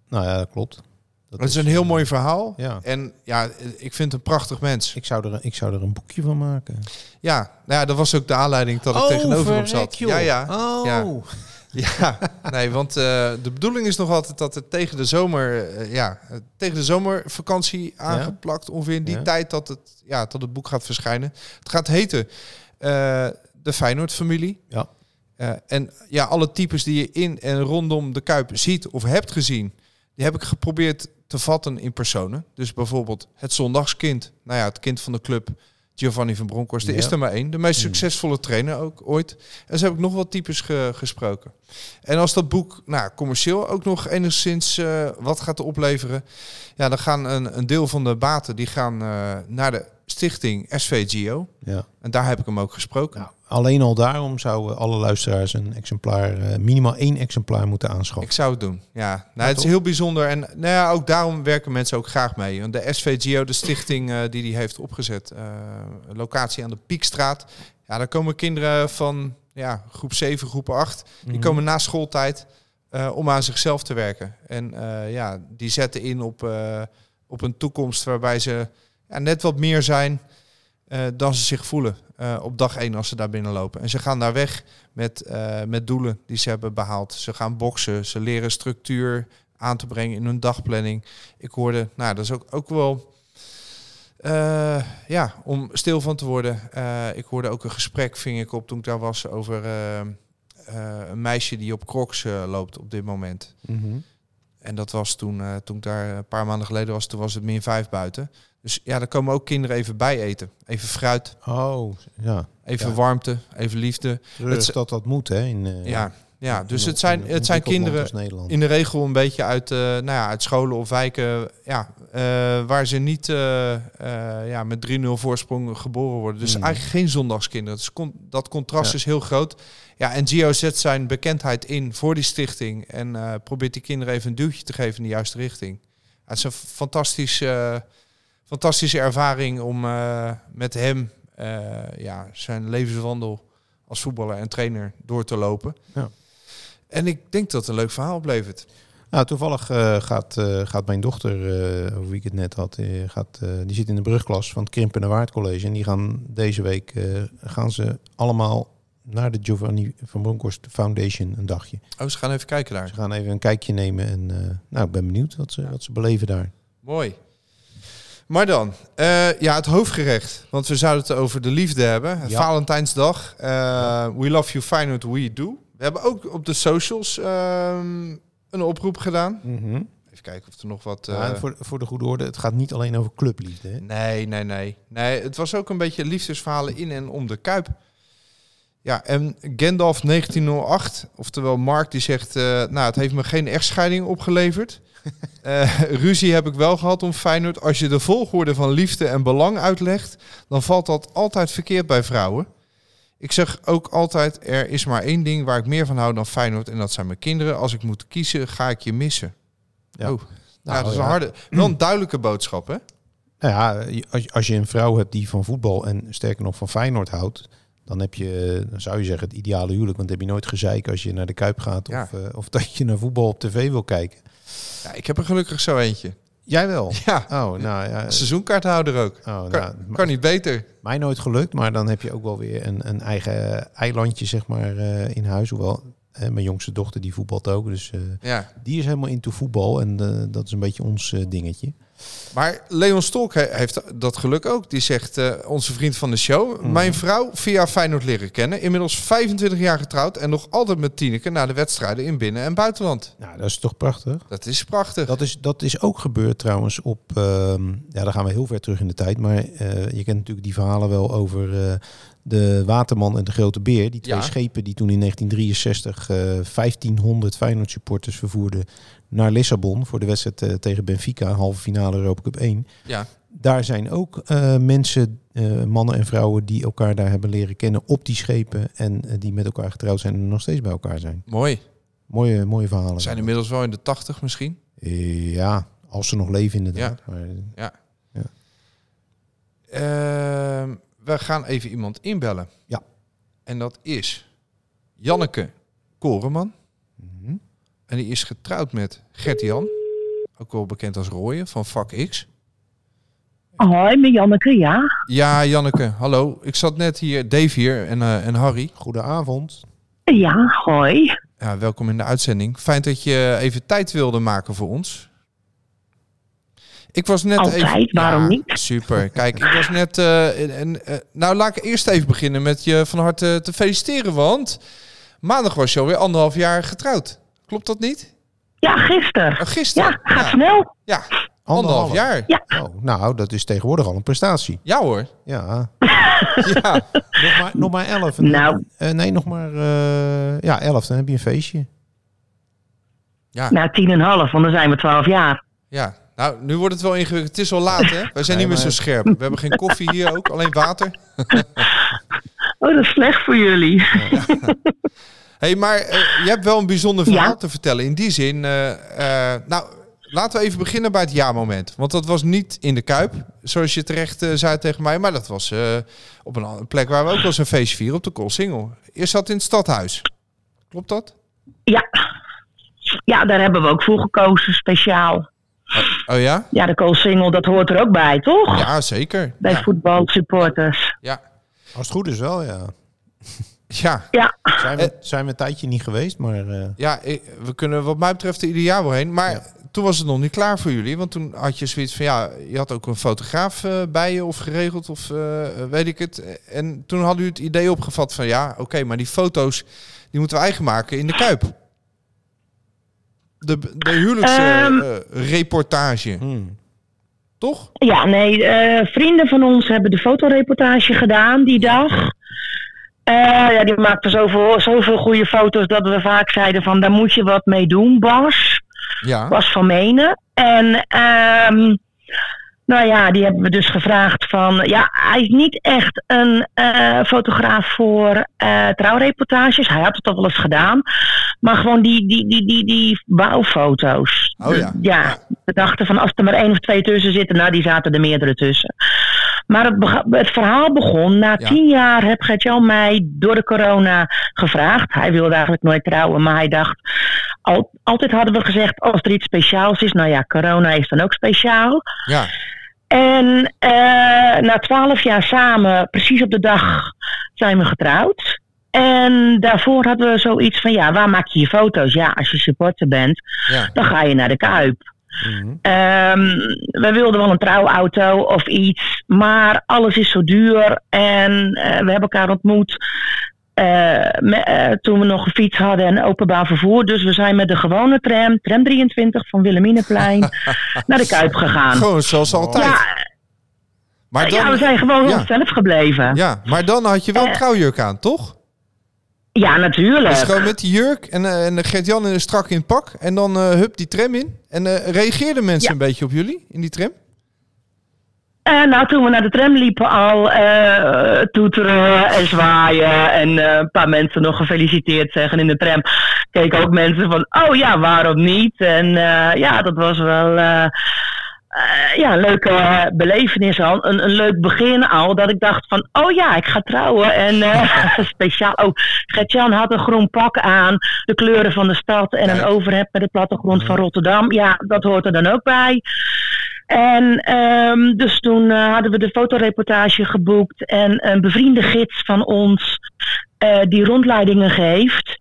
S7: Nou ja, dat klopt.
S6: Dat, is een heel mooi verhaal.
S7: Ja.
S6: En ja, ik vind het een prachtig mens.
S7: Ik zou, er, ik zou er een boekje van maken.
S6: Ja, nou ja, dat was ook de aanleiding dat ik tegenover hem zat. Ja, ja.
S7: Oh.
S6: Ja. Ja, nee, want eh, de bedoeling is nog altijd dat het tegen de zomer, eh, ja, eh, tegen de zomervakantie aangeplakt, ongeveer in die
S7: Ja.
S6: tijd dat het, ja, dat het boek gaat verschijnen. Het gaat heten eh, de Feyenoord-familie.
S7: Ja.
S6: Eh, en ja, alle types die je in en rondom de Kuip ziet of hebt gezien, die heb ik geprobeerd te vatten in personen. Dus bijvoorbeeld het zondagskind, nou ja, het kind van de club, Giovanni van Bronckhorst, er
S7: Ja. Mm.
S6: is er maar één. De meest succesvolle trainer ook ooit. En zo heb ik nog wat types ge- gesproken. En als dat boek nou, commercieel ook nog enigszins eh, wat gaat opleveren, ja, dan gaan een, een deel van de baten die gaan eh, naar de stichting SVGO.
S7: Ja.
S6: En daar heb ik hem ook gesproken.
S7: Nou, alleen al daarom zouden alle luisteraars een exemplaar, eh, minimaal één exemplaar moeten aanschaffen.
S6: Ik zou het doen. Ja, nou, het is
S7: toch?
S6: heel bijzonder. En nou ja, ook daarom werken mensen ook graag mee. Want de SVGO, de stichting eh, die die heeft opgezet, eh, een locatie aan de Piekstraat. Ja, daar komen kinderen van ja, groep 7, groep 8. Die komen na schooltijd eh, om aan zichzelf te werken. En eh, ja, die zetten in op, eh, op een toekomst waarbij ze ja, net wat meer zijn eh, dan ze zich voelen eh, op dag één als ze daar binnenlopen. En ze gaan daar weg met, eh, met doelen die ze hebben behaald. Ze gaan boksen, ze leren structuur aan te brengen in hun dagplanning. Ik hoorde, nou, dat is ook, ook wel. eh, ja, om stil van te worden. Eh, ik hoorde ook een gesprek, ving ik op toen ik daar was, over eh, eh, een meisje die op crocs eh, loopt op dit moment.
S7: Mhm.
S6: En dat was toen, eh, toen ik daar een paar maanden geleden was, toen was het min 5 buiten. Dus ja, daar komen ook kinderen even bij eten. Even fruit,
S7: Oh, ja.
S6: even
S7: Ja.
S6: warmte, even liefde.
S7: Terug
S6: Het-
S7: dat dat moet, hè? In, eh,
S6: Ja, ja.
S7: in
S6: dus
S7: een-
S6: het zijn,
S7: in een
S6: het zijn
S7: ontwikkeld
S6: kinderen
S7: land als Nederland.
S6: in de regel een beetje uit, eh, nou ja, uit scholen of wijken ja, eh, waar ze niet eh, eh, ja, met 3-0 voorsprong geboren worden. Dus
S7: Mm.
S6: eigenlijk geen zondagskinderen. Dus con- dat contrast
S7: Ja.
S6: is heel groot. Ja, en Gio zet zijn bekendheid in voor die stichting en eh, probeert die kinderen even een duwtje te geven in de juiste richting. het is een fantastische, eh, fantastische ervaring om eh, met hem eh, ja, zijn levenswandel als voetballer en trainer door te lopen.
S7: Ja.
S6: En ik denk dat het een leuk verhaal oplevert.
S7: Nou, toevallig eh, gaat, eh, gaat mijn dochter, eh, over wie ik het net had, eh, gaat, eh, die zit in de brugklas van het Krimpen en Waard College. En die gaan deze week eh, gaan ze allemaal naar de Giovanni van Bronckhorst Foundation een dagje.
S6: Oh, ze gaan even kijken daar.
S7: Ze gaan even een kijkje nemen en eh, nou, ik ben benieuwd wat ze, wat ze beleven daar.
S6: Mooi.
S9: Maar dan, eh, ja, het hoofdgerecht. Want we zouden het over de liefde hebben.
S7: Ja.
S9: Valentijnsdag. Eh, We love you, Feyenoord, we do. We hebben ook op de socials ehm, een oproep gedaan. Even kijken of er nog wat... eh,
S7: Ja, en voor, voor de goede orde, het gaat niet alleen over clubliefde. Hè?
S6: Nee, nee, nee. Nee, het was ook een beetje liefdesverhalen in en om de Kuip. Ja, en Gandalf 1908, oftewel Mark, die zegt... eh, nou, het heeft me geen echtscheiding opgeleverd. Eh, ruzie heb ik wel gehad om Feyenoord. Als je de volgorde van liefde en belang uitlegt... dan valt dat altijd verkeerd bij vrouwen. Ik zeg ook altijd, er is maar één ding waar ik meer van hou dan Feyenoord... en dat zijn mijn kinderen. Als ik moet kiezen, ga ik je missen.
S7: Ja.
S6: Oh. Nou,
S7: Nou,
S6: dat is een
S7: ja.
S6: harde, wel een duidelijke boodschap, hè?
S7: Nou ja, je- als, je- als je een vrouw hebt die van voetbal en sterker nog van Feyenoord houdt, dan heb je, eh, dan zou je zeggen, het ideale huwelijk. Want dan heb je nooit gezeik als je naar de Kuip gaat
S6: Ja.
S7: of, eh, of dat je naar voetbal op tv wil kijken.
S6: Ja, ik heb er gelukkig zo eentje.
S7: Jij wel?
S6: Ja,
S7: Oh, nou ja.
S6: seizoenkaarthouder ook.
S7: Oh, nou,
S6: Kan,
S7: m-
S6: kan niet beter.
S7: mij nooit gelukt, maar dan heb je ook wel weer een, een eigen eilandje zeg maar eh, in huis. Hoewel, hè, mijn jongste dochter die voetbalt ook, dus eh,
S6: Ja.
S7: die is helemaal into voetbal en eh, dat is een beetje ons eh, dingetje.
S6: Maar Leon Stolk he- heeft dat geluk ook. Die zegt, eh, onze vriend van de show... Mijn vrouw via Feyenoord leren kennen. Inmiddels 25 jaar getrouwd en nog altijd met Tineke... naar de wedstrijden in binnen- en buitenland.
S7: Nou, dat is toch prachtig.
S6: Dat is prachtig.
S7: Dat is, dat is ook gebeurd trouwens op, ehm, ja, daar gaan we heel ver terug in de tijd, maar eh, je kent natuurlijk die verhalen wel over eh, de Waterman en de Grote Beer, die twee
S6: Ja.
S7: schepen die toen in 1963 eh, 1500 Feyenoord supporters vervoerden naar Lissabon voor de wedstrijd eh, tegen Benfica, halve finale Europa Cup 1.
S6: Ja.
S7: Daar zijn ook eh, mensen, eh, mannen en vrouwen, die elkaar daar hebben leren kennen op die schepen en eh, die met elkaar getrouwd zijn en nog steeds bij elkaar zijn.
S6: Mooi.
S7: Mooie, mooie verhalen.
S6: We zijn inmiddels wel in de 80 misschien.
S7: Ja, als ze nog leven inderdaad. Maar, eh,
S6: Ehm, we gaan even iemand inbellen.
S7: Ja.
S6: En dat is Janneke Koreman. En die is getrouwd met Gert-Jan. Ook wel bekend als Rooien van Vak X.
S10: Hoi, met Janneke, ja.
S6: Ja, Janneke, hallo. Ik zat net hier, Dave hier en, eh, en Harry.
S7: Goedenavond.
S10: Ja, hoi.
S6: Ja, welkom in de uitzending. Fijn dat je even tijd wilde maken voor ons. Ik was net
S10: Altijd,
S6: even...
S10: waarom
S6: Ja,
S10: niet?
S6: Super. Kijk, ik was net... eh, en, en, eh, nou, laat ik eerst even beginnen met je van harte te feliciteren, want maandag was je alweer anderhalf jaar getrouwd. Klopt dat niet?
S10: Ja, gisteren.
S6: Eh, gisteren.
S10: Ja, gaat
S6: ja,
S10: snel.
S6: ja, anderhalf jaar.
S10: Ja.
S7: Oh, nou, dat is tegenwoordig al een prestatie.
S6: Ja hoor.
S7: Ja.
S6: Ja.
S7: Nog maar, nog maar elf.
S10: Nou.
S7: Eh, nee, nog maar... eh, ja, elf. Dan heb je een feestje.
S10: Nou, tien en een half, want dan zijn we twaalf jaar.
S6: Ja, nou, nu wordt het wel ingewikkeld. Het is al laat, hè? Wij zijn niet
S7: Nee,
S6: meer
S7: maar-
S6: zo scherp. We hebben geen koffie hier ook, alleen water.
S10: Oh, dat is slecht voor jullie.
S6: hey, maar eh, je hebt wel een bijzonder verhaal
S10: Ja.
S6: te vertellen. In die zin, eh, eh, nou, laten we even beginnen bij het ja-moment. Want dat was niet in de Kuip, zoals je terecht eh, zei tegen mij. Maar dat was eh, op een andere plek waar we ook wel eens een feest vieren, op de Koolsingel. Eerst zat in het stadhuis. Klopt dat?
S10: Ja. Ja, daar hebben we ook voor gekozen, speciaal.
S6: Oh ja?
S10: Ja, de koolsingel, dat hoort er ook bij, toch?
S6: Ja, zeker.
S10: Bij
S6: Ja.
S10: voetbalsupporters.
S6: Ja.
S7: Als het goed is wel, ja.
S6: ja.
S10: Ja,
S7: Zijn
S10: Eh.
S7: we, zijn we een tijdje niet geweest, maar... eh,
S6: Ja, ik- we kunnen wat mij betreft er ieder jaar wel heen. Maar toen was het nog niet klaar voor jullie. Want toen had je zoiets van, ja, je had ook een fotograaf eh, bij je of geregeld of eh, weet ik het. En toen hadden jullie het idee opgevat van, ja, oké, maar die foto's, die moeten we eigen maken in de Kuip. De, de
S10: Ehm.
S6: huwelijksreportage. Toch?
S10: ja nee, eh, vrienden van ons hebben de fotoreportage gedaan die dag. Eh, ja, die maakten zoveel, zoveel goede foto's dat we vaak zeiden van, daar moet je wat mee doen, Bas.
S6: Ja.
S10: was van Menen. En ehm, Nou ja, die hebben we dus gevraagd van... Ja, hij is niet echt een eh, fotograaf voor eh, trouwreportages. Hij had het al wel eens gedaan. Maar gewoon die, die, die, die, die bouwfoto's. Dus
S9: Oh ja.
S10: Ja, we dachten van als er maar één of twee tussen zitten... Nou, die zaten er meerdere tussen. Maar het, bega- het verhaal begon. Na
S9: Ja.
S10: tien jaar heb Gert-Jan mij door de corona gevraagd. Hij wilde eigenlijk nooit trouwen, maar hij dacht... Al, altijd hadden we gezegd, als er iets speciaals is... Nou ja, corona is dan ook speciaal.
S9: Ja.
S10: En eh, na twaalf jaar samen, precies op de dag, zijn we getrouwd. En daarvoor hadden we zoiets van, ja, waar maak je je foto's? Ja, als je supporter bent,
S9: Ja.
S10: dan ga je naar de Kuip. Ehm, we wilden wel een trouwauto of iets, maar alles is zo duur. En eh, we hebben elkaar ontmoet eh, me- eh, toen we nog een fiets hadden en openbaar vervoer. Dus we zijn met de gewone tram, tram 23 van Willemineplein, naar de Kuip gegaan.
S9: Gewoon zoals altijd.
S10: Ja,
S9: maar dan,
S10: ja, we zijn Eh. gewoon
S9: Ja.
S10: onszelf gebleven. Ja,
S9: ja, maar dan had je wel een trouwjurk aan, toch?
S10: natuurlijk.
S9: Dus gewoon met die jurk en, eh, en Gert-Jan in- strak in het pak. En dan eh, hup die tram in. En eh, reageerden mensen
S10: Ja.
S9: een beetje op jullie in die tram?
S10: En nou, toen we naar de tram liepen al eh, toeteren en zwaaien en eh, een paar mensen nog gefeliciteerd zeggen in de tram, keken ook mensen van, oh ja, waarom niet? En eh, ja, dat was wel eh, eh, ja, een leuke eh, belevenis al, een, een leuk begin al, dat ik dacht van, oh ja, ik ga trouwen. En eh, speciaal, oh, Gert-Jan had een groen pak aan, de kleuren van de stad en een
S9: Kijk.
S10: overhemd met de plattegrond van Rotterdam. Ja, dat hoort er dan ook bij. En ehm, dus toen eh, hadden we de fotoreportage geboekt en een bevriende gids van ons eh, die rondleidingen geeft.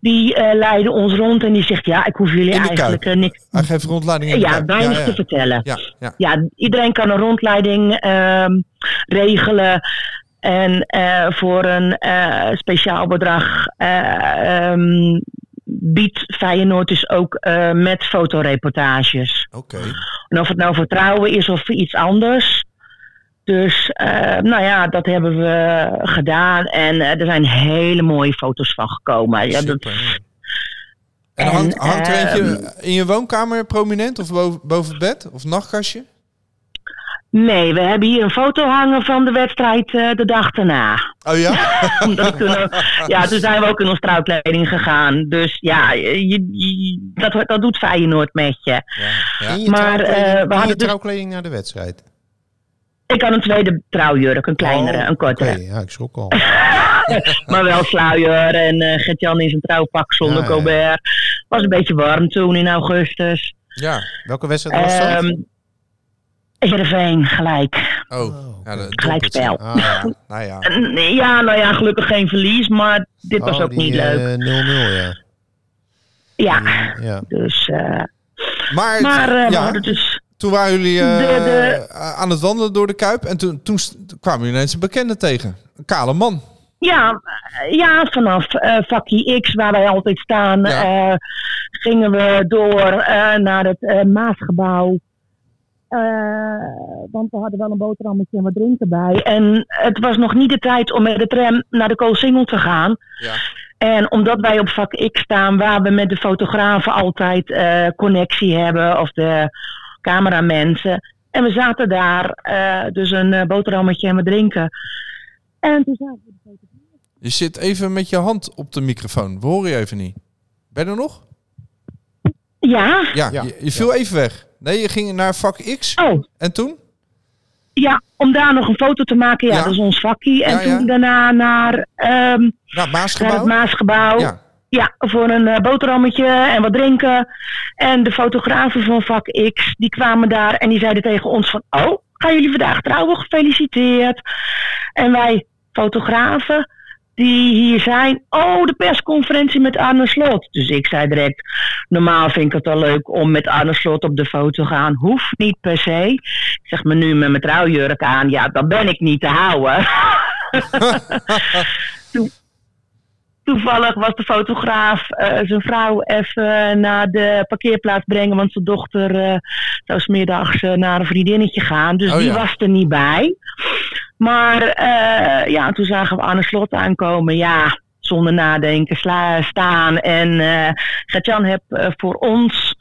S10: Die eh leidde ons rond en die zegt, ja, ik hoef jullie
S9: In de
S10: eigenlijk
S9: Kuip.
S10: eh, niks,
S9: Hij geeft rondleiding in de
S10: ja,
S9: Kuip.
S10: weinig te vertellen
S9: ja, ja, ja.
S10: ja, iedereen kan een rondleiding ehm, regelen. En eh, voor een eh, speciaal bedrag eh, ehm, biedt Feyenoord dus ook eh, met fotoreportages.
S9: Oké.
S10: En of het nou voor trouwen is of voor iets anders. Dus eh, nou ja, dat hebben we gedaan. En eh, er zijn hele mooie foto's van gekomen. Ja, dat,
S9: Super, ja. En hangt, hangt er eentje
S10: ehm,
S9: in je woonkamer prominent of boven, boven het bed of nachtkastje?
S10: nee, we hebben hier een foto hangen van de wedstrijd eh, de dag daarna.
S9: Oh ja?
S10: Omdat ik toen ook- ja, toen zijn we ook in ons trouwkleding gegaan. Dus ja, je, je- dat, dat doet Feyenoord met je.
S7: In je
S10: Maar,
S7: trouwkleding-
S10: eh, we
S7: in je
S10: hadden dus-
S7: trouwkleding naar de wedstrijd.
S10: Ik had een tweede trouwjurk, een kleinere,
S7: Oh,
S10: een kortere.
S7: Oké, ja, ik schrok al.
S10: Maar wel sluier en eh Gert-Jan in zijn trouwpak zonder
S7: Ja, ja.
S10: Colbert. Was een beetje warm toen in augustus.
S9: Ja.
S7: Welke wedstrijd was dat?
S10: Ehm, Heerenveen, gelijk.
S9: Oh. ja, dat-
S10: Gelijkspel.
S7: Ah, ja.
S9: Nou ja.
S10: En, Ja, nou ja, gelukkig geen verlies, maar dit was
S7: Oh,
S10: ook
S7: die,
S10: niet
S7: eh,
S10: leuk.
S7: 0-0, ja.
S10: Ja,
S7: ja.
S10: dus... eh,
S9: Maar,
S10: maar eh, we
S9: ja,
S10: hadden dus...
S9: toen waren jullie eh,
S10: De- de-
S9: aan het wandelen door de Kuip. En toen, toen s- kwamen jullie ineens een bekende tegen. Een kale man.
S10: Ja, eh, ja vanaf eh vakkie X, waar wij altijd staan,
S9: Ja.
S10: eh, gingen we door eh, naar het eh, Maasgebouw. Eh, want we hadden wel een boterhammetje en wat drinken bij. En het was nog niet de tijd om met de tram naar de Koolsingel te gaan.
S9: Ja.
S10: En omdat wij op vak X staan, waar we met de fotografen altijd eh, connectie hebben, of de cameramensen. En we zaten daar, eh, dus een eh, boterhammetje en wat drinken. En toen zaten we
S9: Je zit even met je hand op de microfoon. We horen je even niet. Ben je er nog?
S10: Ja,
S9: Ja,
S7: Ja.
S9: Je, je viel even weg. Nee, je ging naar vak X.
S10: oh,
S9: En toen?
S10: ja, om daar nog een foto te maken, ja,
S9: Ja.
S10: dat is ons vakkie. En
S9: Ja, ja.
S10: toen daarna naar, ehm,
S9: Naar het
S10: naar het
S9: Maasgebouw?
S10: Maasgebouw. Ja.
S9: Ja.
S10: voor een eh, boterhammetje en wat drinken. En de fotografen van vak X, die kwamen daar en die zeiden tegen ons van... Oh, gaan jullie vandaag trouwen? Gefeliciteerd. En wij fotografen die hier zijn... Oh, de persconferentie met Arne Slot. Dus ik zei direct... Normaal vind ik het al leuk om met Arne Slot op de foto te gaan. Hoeft niet per se. Ik zeg me nu met mijn trouwjurk aan. Ja, dan ben ik niet te houden. Toen- Toevallig was de fotograaf eh, zijn vrouw even naar de parkeerplaats brengen. Want zijn dochter eh, zou 's middags eh, naar een vriendinnetje gaan. Dus
S9: Oh
S10: die
S9: ja.
S10: was er niet bij. Maar eh, ja, toen zagen we Arne Slot aankomen. Ja, zonder nadenken sla- staan. En eh Gert-Jan heeft eh, voor ons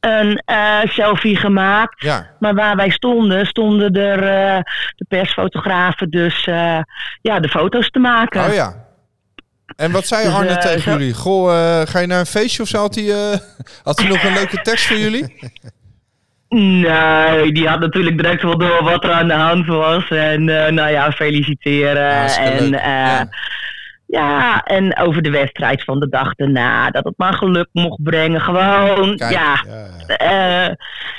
S10: een eh, selfie gemaakt.
S6: Ja.
S10: Maar waar wij stonden, stonden er eh, de persfotografen dus eh, ja, de foto's te maken.
S6: Oh ja. En wat zei
S10: Dus,
S6: Arne
S10: eh,
S6: tegen
S10: zo-
S6: jullie? Goh, eh, ga je naar een feestje of zo? Had hij, eh, had hij nog een leuke tekst voor jullie?
S10: Nee, die had natuurlijk direct wel door wat er aan de hand was. En eh, nou ja, feliciteren.
S6: hartstikke
S10: en
S6: leuk.
S10: eh,
S6: Ja.
S10: ja. en over de wedstrijd van de dag daarna. Dat het maar geluk mocht brengen. Gewoon,
S6: Kijk,
S10: ja. eh,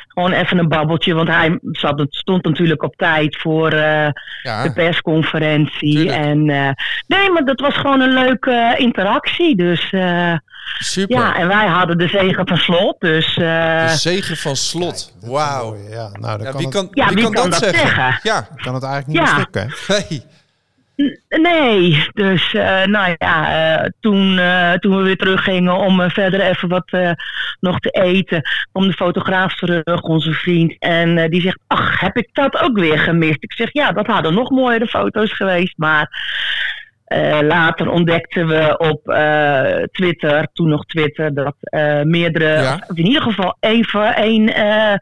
S10: gewoon even een babbeltje. Want hij zat, stond natuurlijk op tijd voor eh, de
S6: Ja.
S10: persconferentie.
S6: tuurlijk.
S10: En, eh, nee, maar dat was gewoon een leuke eh, interactie. Dus eh,
S6: Super.
S10: ja, en wij hadden de zegen van slot. Dus eh,
S6: De zegen van slot. Wauw.
S7: Mooi, Ja, nou, dan
S6: Ja,
S7: kan,
S6: wie
S7: het,
S6: kan,
S10: ja, wie kan, dat zeggen?
S6: Ja.
S7: kan het eigenlijk niet
S10: Ja.
S7: meer stukken.
S6: Hey.
S10: Nee, dus eh, nou ja, eh, toen, eh, toen we weer teruggingen om eh, verder even wat eh, nog te eten, kwam de fotograaf terug, onze vriend. En eh, die zegt, ach, heb ik dat ook weer gemist? Ik zeg, ja, dat hadden nog mooiere foto's geweest. Maar eh, later ontdekten we op eh, Twitter, toen nog Twitter, dat eh, meerdere,
S6: Ja.
S10: of in ieder geval één voor één... eh,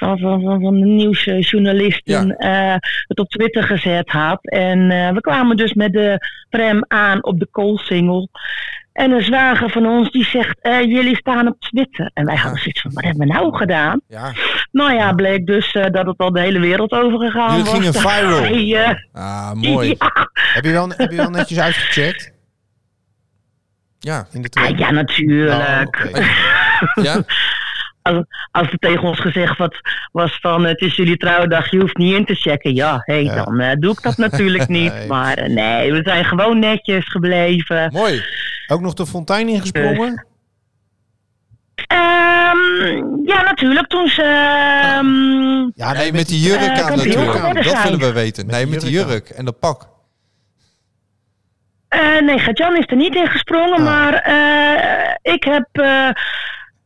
S10: van, van, van, van de nieuwsjournalisten eh, het op Twitter gezet had. En eh, we kwamen dus met de tram aan op de koolsingel. En een zwager van ons die zegt, eh, jullie staan op Twitter. En wij hadden zoiets van, wat hebben we nou gedaan?
S6: Ja.
S10: Nou ja, bleek dus eh, dat het al de hele wereld overgegaan
S6: Jullie
S10: was.
S6: gingen viral.
S10: Hey, eh,
S6: Ah, mooi.
S10: ja,
S7: Heb je wel, heb je wel netjes uitgecheckt?
S6: Ja.
S7: In de trein?
S10: Ah, ja, natuurlijk.
S6: Nou.
S7: Oh, oké.
S6: Ja.
S10: als, als er tegen ons gezegd wat, was van het is jullie trouwdag, je hoeft niet in te checken. Ja, hé,
S7: Ja.
S10: dan eh, doe ik dat natuurlijk niet.
S7: Nee.
S10: Maar eh, nee, we zijn gewoon netjes gebleven.
S6: Mooi.
S7: Ook nog de fontein ingesprongen?
S10: Ehm, ja, natuurlijk. Toen ze... ehm,
S7: Ja,
S6: Ah, Nee, met die jurk
S10: eh,
S6: aan
S10: kampioen
S6: natuurlijk.
S10: geworden
S6: Dat
S10: zijn.
S6: willen we weten. Nee,
S7: die
S6: met die
S7: jurk aan.
S6: jurk en dat pak.
S10: Eh, nee, Gert-Jan is er niet in gesprongen, maar eh, ik heb... eh,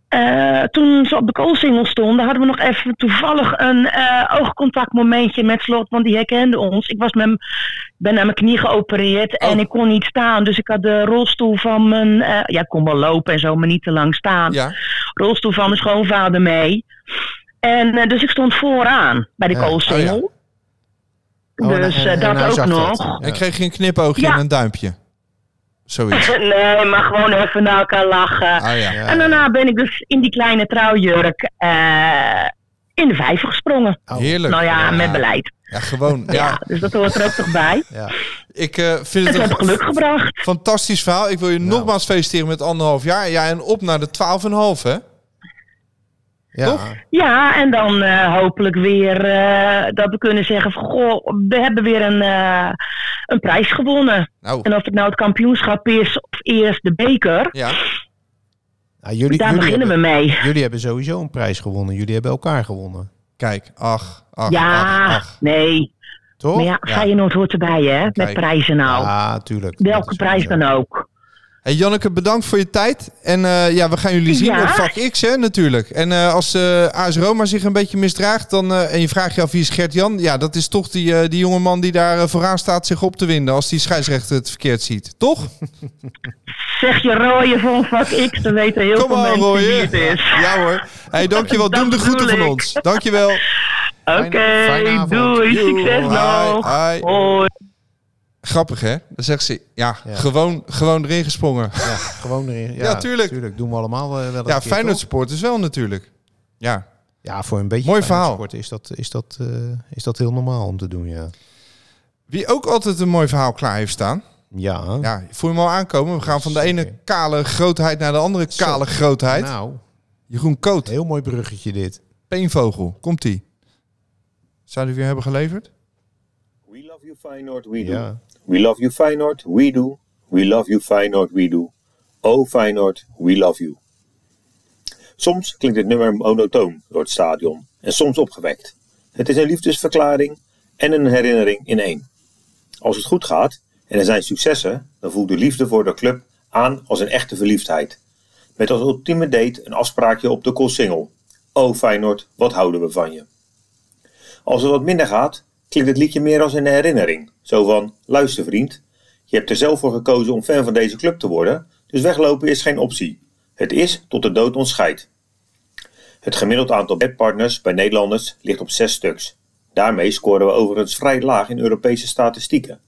S10: eh, toen ze op de koolsingel stonden, hadden we nog even toevallig een eh, oogcontactmomentje met Slot, want die herkende ons. Ik was met m- ben aan mijn knie geopereerd en ik kon niet staan, dus ik had de rolstoel van mijn... eh, ja, ik kon wel lopen en zo, maar niet te lang staan.
S6: Ja.
S10: Rolstoel van mijn schoonvader mee. En eh, dus ik stond vooraan bij de
S7: Eh, Ja.
S10: koolsingel.
S7: Oh, en-
S10: Dus
S7: en-
S10: eh,
S7: en hij
S10: dat
S7: zag
S10: ook nog.
S7: Ja.
S6: En kreeg je een knipoogje
S10: Ja.
S6: en een duimpje. Zoiets.
S10: Nee, maar gewoon even naar elkaar lachen.
S6: Ah ja.
S7: Ja.
S10: En daarna ben ik dus in die kleine trouwjurk eh, in de vijver gesprongen.
S7: Oh,
S6: Heerlijk.
S10: nou ja, met beleid.
S6: Ja, gewoon.
S10: Ja,
S6: Ja,
S10: dus dat hoort er ook toch bij.
S7: Ja.
S6: ik eh, vind het
S10: Het heeft
S6: een
S10: geluk gebracht.
S6: fantastisch verhaal. Ik wil je nogmaals feliciteren met anderhalf jaar. Ja, en op naar de twaalf en een half, hè?
S7: Ja.
S6: Toch?
S10: Ja, en dan eh, hopelijk weer eh, dat we kunnen zeggen van... Goh, we hebben weer een, eh, een prijs gewonnen.
S6: Nou,
S10: En of het nou het kampioenschap is of eerst de beker...
S6: ja.
S7: Nou, jullie,
S10: daar
S7: jullie,
S10: beginnen
S7: hebben,
S10: we mee.
S7: jullie hebben sowieso een prijs gewonnen. Jullie hebben elkaar gewonnen.
S6: Kijk, ach, ach,
S10: ja,
S6: ach, ach.
S10: nee.
S7: Toch?
S10: Maar ja, Feyenoord hoort erbij, hè?
S6: Kijk.
S10: Met prijzen nou.
S7: Ja, tuurlijk. Dat
S10: Welke
S7: is
S10: prijs
S7: sowieso.
S10: dan ook.
S6: Hey, Janneke, bedankt voor je tijd. En eh, ja, we gaan jullie zien
S10: Ja.
S6: op vak X, hè, natuurlijk. En eh, als eh AS Roma zich een beetje misdraagt dan, eh, en je vraagt je af wie is Gert-Jan... ja, dat is toch die, eh die jongeman die daar eh, vooraan staat zich op te winden... als die scheidsrechter het verkeerd ziet, toch?
S10: Zeg je rooien van vak X, dan weten heel
S6: Kom
S10: veel
S6: maar,
S10: mensen
S6: Roy.
S10: wie het is.
S6: Ja hoor. Hey, dankjewel.
S10: Dat
S6: Doe hem de groeten
S10: bedoel
S6: van
S10: ik.
S6: ons. Dankjewel.
S10: Oké,
S7: Fijne- fijne avond.
S10: doei.
S6: Joe,
S10: Succes
S6: hoi,
S10: nog.
S6: hoi.
S10: Hoi.
S6: Grappig, hè? Dan zegt ze, ja,
S7: Ja.
S6: Gewoon, gewoon erin gesprongen.
S7: Ja, gewoon erin. Ja,
S6: Ja, tuurlijk.
S7: Doen we allemaal eh, wel een
S6: Ja,
S7: keer,
S6: Feyenoord
S7: toch?
S6: supporters wel natuurlijk. Ja.
S7: Ja, voor een beetje
S6: Mooi
S7: Feyenoord
S6: verhaal.
S7: supporter Is dat, is, dat, eh, is dat heel normaal om te doen, ja.
S6: Wie ook altijd een mooi verhaal klaar heeft staan.
S7: Ja.
S6: Ja, voel je hem al aankomen. We gaan van de ene
S7: Zeker.
S6: kale grootheid naar de andere
S7: Zo.
S6: kale grootheid.
S7: Nou,
S6: Jeroen Koot,
S7: heel mooi bruggetje dit.
S6: peenvogel. Komt-ie. Zou die weer hebben geleverd?
S11: We love you Feyenoord, we do.
S7: Ja.
S11: We love you Feyenoord, we do. We love you Feyenoord, we do. Oh Feyenoord, we love you. Soms klinkt het nummer monotoon door het stadion en soms opgewekt. Het is een liefdesverklaring en een herinnering in één. Als het goed gaat en er zijn successen, dan voelt de liefde voor de club aan als een echte verliefdheid. Met als ultieme date een afspraakje op de Koolsingel. Oh Feyenoord, wat houden we van je? Als het wat minder gaat, klinkt het liedje meer als een herinnering. Zo van, luister vriend, je hebt er zelf voor gekozen om fan van deze club te worden, dus weglopen is geen optie. Het is tot de dood ons scheidt. Het gemiddeld aantal bedpartners bij Nederlanders ligt op 6 stuks. Daarmee scoren we overigens vrij laag in Europese statistieken.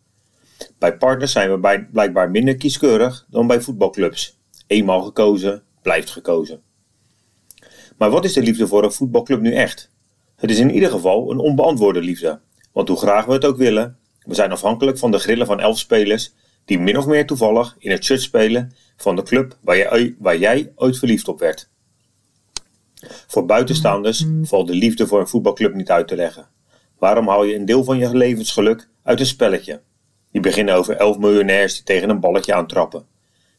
S11: Bij partners zijn we bij, blijkbaar minder kieskeurig dan bij voetbalclubs. Eenmaal gekozen, blijft gekozen. Maar wat is de liefde voor een voetbalclub nu echt? Het is in ieder geval een onbeantwoorde liefde. Want hoe graag we het ook willen, we zijn afhankelijk van de grillen van elf spelers die min of meer toevallig in het shirt spelen van de club waar jij, waar jij ooit verliefd op werd. Voor buitenstaanders valt de liefde voor een voetbalclub niet uit te leggen. Waarom haal je een deel van je levensgeluk uit een spelletje? Die beginnen over elf miljonairs die tegen een balletje aantrappen.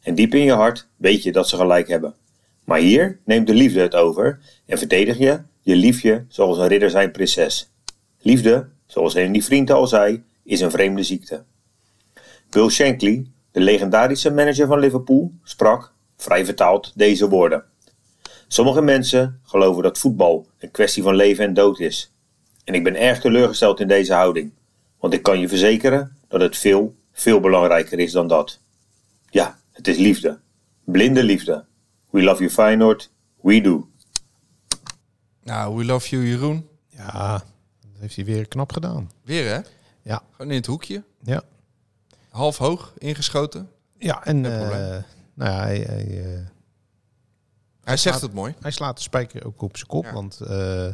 S11: En diep in je hart weet je dat ze gelijk hebben. Maar hier neemt de liefde het over en verdedig je je liefje zoals een ridder zijn prinses. Liefde, zoals een die vrienden al zei, is een vreemde ziekte. Bill Shankly, de legendarische manager van Liverpool, sprak, vrij vertaald, deze woorden. Sommige mensen geloven dat voetbal een kwestie van leven en dood is. En ik ben erg teleurgesteld in deze houding, want ik kan je verzekeren dat het veel, veel belangrijker is dan dat. Ja, het is liefde. Blinde liefde. We love you Feyenoord, we do.
S6: Nou, we love you Jeroen.
S7: Ja, dat heeft hij weer knap gedaan.
S6: Weer hè?
S7: Ja.
S6: Gewoon in het hoekje.
S7: Ja.
S6: Half hoog, ingeschoten.
S7: Ja, en
S6: Geen probleem.
S7: eh, nou ja, hij, hij, eh,
S6: Hij zegt het mooi.
S7: hij slaat de spijker ook op zijn kop.
S6: Ja.
S7: Want eh,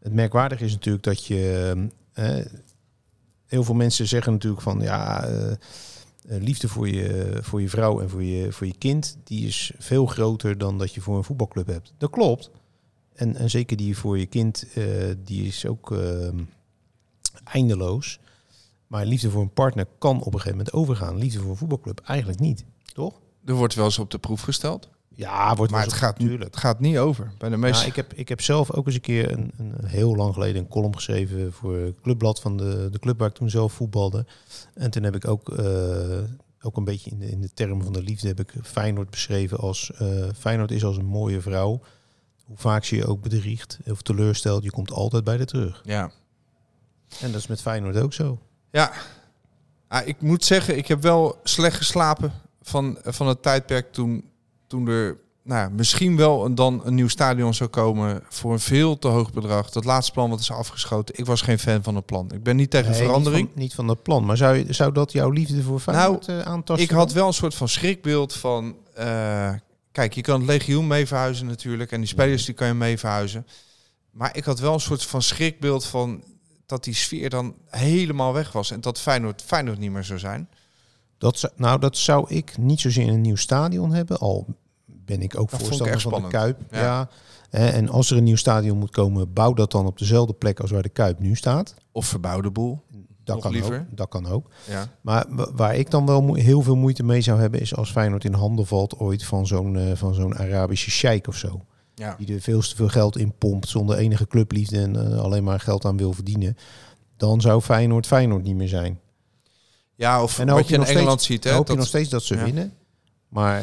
S7: het merkwaardige is natuurlijk dat je... eh, heel veel mensen zeggen natuurlijk van... Ja, eh, eh, liefde voor je, voor je vrouw en voor je, voor je kind... die is veel groter dan dat je voor een voetbalclub hebt. Dat klopt. En, en zeker die voor je kind, eh, die is ook eh, eindeloos. Maar liefde voor een partner kan op een gegeven moment overgaan. Liefde voor een voetbalclub eigenlijk niet, toch?
S6: Er wordt wel eens op de proef gesteld.
S7: Ja, wordt
S9: Maar
S7: wel
S9: het
S7: zo-
S9: gaat,
S7: natuurlijk.
S9: het gaat niet over. Bij de meeste.
S7: Ja, ik, heb, ik heb zelf ook eens een keer, een, een heel lang geleden, een column geschreven voor het clubblad van de, de club waar ik toen zelf voetbalde. En toen heb ik ook, eh, ook een beetje in de, in de termen van de liefde, heb ik Feyenoord beschreven als, eh, Feyenoord is als een mooie vrouw. Hoe vaak ze je ook bedriegt of teleurstelt, je komt altijd bij de terug.
S6: Ja.
S7: En dat is met Feyenoord ook zo.
S6: Ja. Ah, ik moet zeggen, ik heb wel slecht geslapen van, van het tijdperk toen, toen er nou, ja, misschien wel een, dan een nieuw stadion zou komen voor een veel te hoog bedrag. Dat laatste plan wat is afgeschoten. Ik was geen fan van het plan. Ik ben niet tegen
S7: Nee,
S6: verandering. Nou,
S7: Niet van, niet van dat plan, maar zou, je- zou dat jouw liefde voor Feyenoord eh, aantasten?
S6: Ik had wel een soort van schrikbeeld van... eh, kijk, je kan het legioen mee verhuizen natuurlijk. En die spelers die kan je mee verhuizen. Maar ik had wel een soort van schrikbeeld van... dat die sfeer dan helemaal weg was. En dat Feyenoord, Feyenoord niet meer zou zijn.
S7: Dat zou, nou, dat zou ik niet zozeer in een nieuw stadion hebben. Al ben ik ook
S6: vond ik
S7: voorstander
S6: echt
S7: van de
S6: spannend.
S7: Kuip.
S6: Ja.
S7: Ja. Hè, En als er een nieuw stadion moet komen, bouw dat dan op dezelfde plek als waar de Kuip nu staat.
S6: Of verbouwde boel.
S7: Dat,
S6: Nog
S7: kan,
S6: liever.
S7: Ook, dat kan ook.
S6: Ja.
S7: Maar wa- waar ik dan wel moe- heel veel moeite mee zou hebben, is als Feyenoord in handen valt ooit van zo'n eh, van zo'n Arabische sheik of zo.
S6: Ja.
S7: Die er veel te veel geld in pompt zonder enige clubliefde en eh, alleen maar geld aan wil verdienen. Dan zou Feyenoord Feyenoord niet meer zijn.
S6: ja, of
S7: En dan
S6: wat
S7: hoop
S6: je in
S7: nog steeds-
S6: Engeland ziet.
S7: dan
S6: Hè,
S7: hoop je nog
S6: dat,
S7: steeds dat ze
S6: ja.
S7: winnen. Maar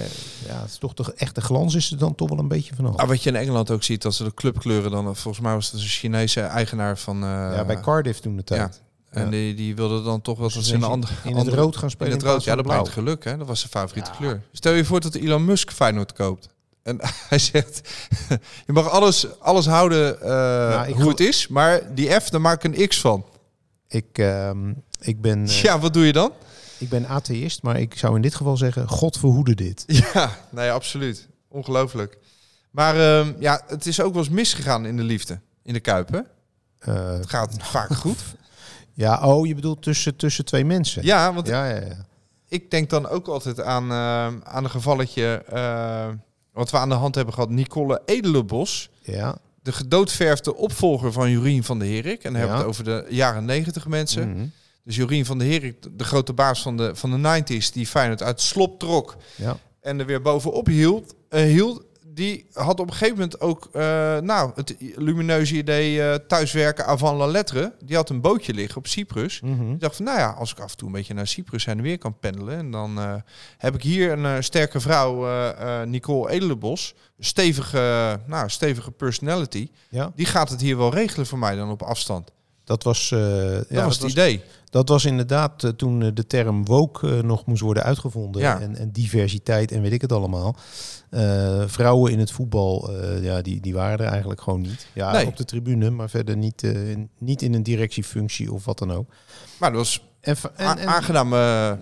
S7: ja, het is toch de echte glans is er dan toch wel een beetje vanaf.
S6: Ah, wat je in Engeland ook ziet, dat ze de clubkleuren dan... Volgens mij was het een Chinese eigenaar van... eh,
S7: ja, bij Cardiff toen de tijd.
S6: En
S7: ja. Dus
S6: die, die wilde dan toch wel
S7: Ze
S6: eens in
S7: zijn
S6: een ander...
S7: in het
S6: andere-
S7: rood gaan spelen
S6: In het
S7: in
S6: rood,
S7: plaats
S6: ja,
S7: van
S6: dat brengt
S7: ah, blauw.
S6: geluk, hè? Dat was zijn favoriete kleur. Stel je voor dat Elon Musk Feyenoord koopt. En hij zegt, je mag alles, alles houden eh,
S7: Nou, ik
S6: hoe
S7: gel-
S6: het is, maar die F, daar maak ik een X van.
S7: Ik, ehm, ik, ben, eh,
S6: Ja, wat doe je dan?
S7: ik ben atheïst, maar ik zou in dit geval zeggen, God verhoede dit.
S6: Ja, nee, absoluut. Ongelooflijk. Maar ehm, ja, het is ook wel eens misgegaan in de liefde, in de Kuipen.
S7: Eh,
S6: Het gaat vaak goed.
S7: ja, oh, je bedoelt tussen, tussen twee mensen.
S6: Ja, want
S7: ja, ja, ja.
S6: ik denk dan ook altijd aan, eh, aan een gevalletje eh, wat we aan de hand hebben gehad. Nicole Edelenbos.
S7: Ja.
S6: de gedoodverfde opvolger van Jorien van der Herik. En dan hebben we het
S7: Ja.
S6: over de jaren 90 mensen.
S7: Mhm.
S6: Dus Jorien van der Herik, de grote baas van de, van de 90s, die Feyenoord uit slop trok
S7: ja.
S6: en er weer bovenop hield, eh, hield die had op een gegeven moment ook eh, nou, het lumineuze idee eh, thuiswerken avant la lettre. Die had een bootje liggen op Cyprus.
S7: Mhm.
S6: Ik dacht van, nou ja, als ik af en toe een beetje naar Cyprus heen en weer kan pendelen... en dan eh, heb ik hier een eh, sterke vrouw, eh, eh, Nicole Edelenbos. Stevige, nou, stevige personality.
S7: Ja.
S6: Die gaat het hier wel regelen voor mij dan op afstand.
S7: Dat was, eh, ja,
S6: dat was het idee.
S7: dat was inderdaad eh, toen eh, de term woke eh, nog moest worden uitgevonden.
S6: Ja.
S7: En, en diversiteit en weet ik het allemaal. Eh, vrouwen in het voetbal, eh, ja, die, die waren er eigenlijk gewoon niet. Ja,
S6: Nee.
S7: op de tribune, maar verder niet, eh, in- niet in een directiefunctie of wat dan ook.
S6: Maar dat was
S7: En, fa- en,
S6: a-
S7: en-
S6: aangenaam. eh,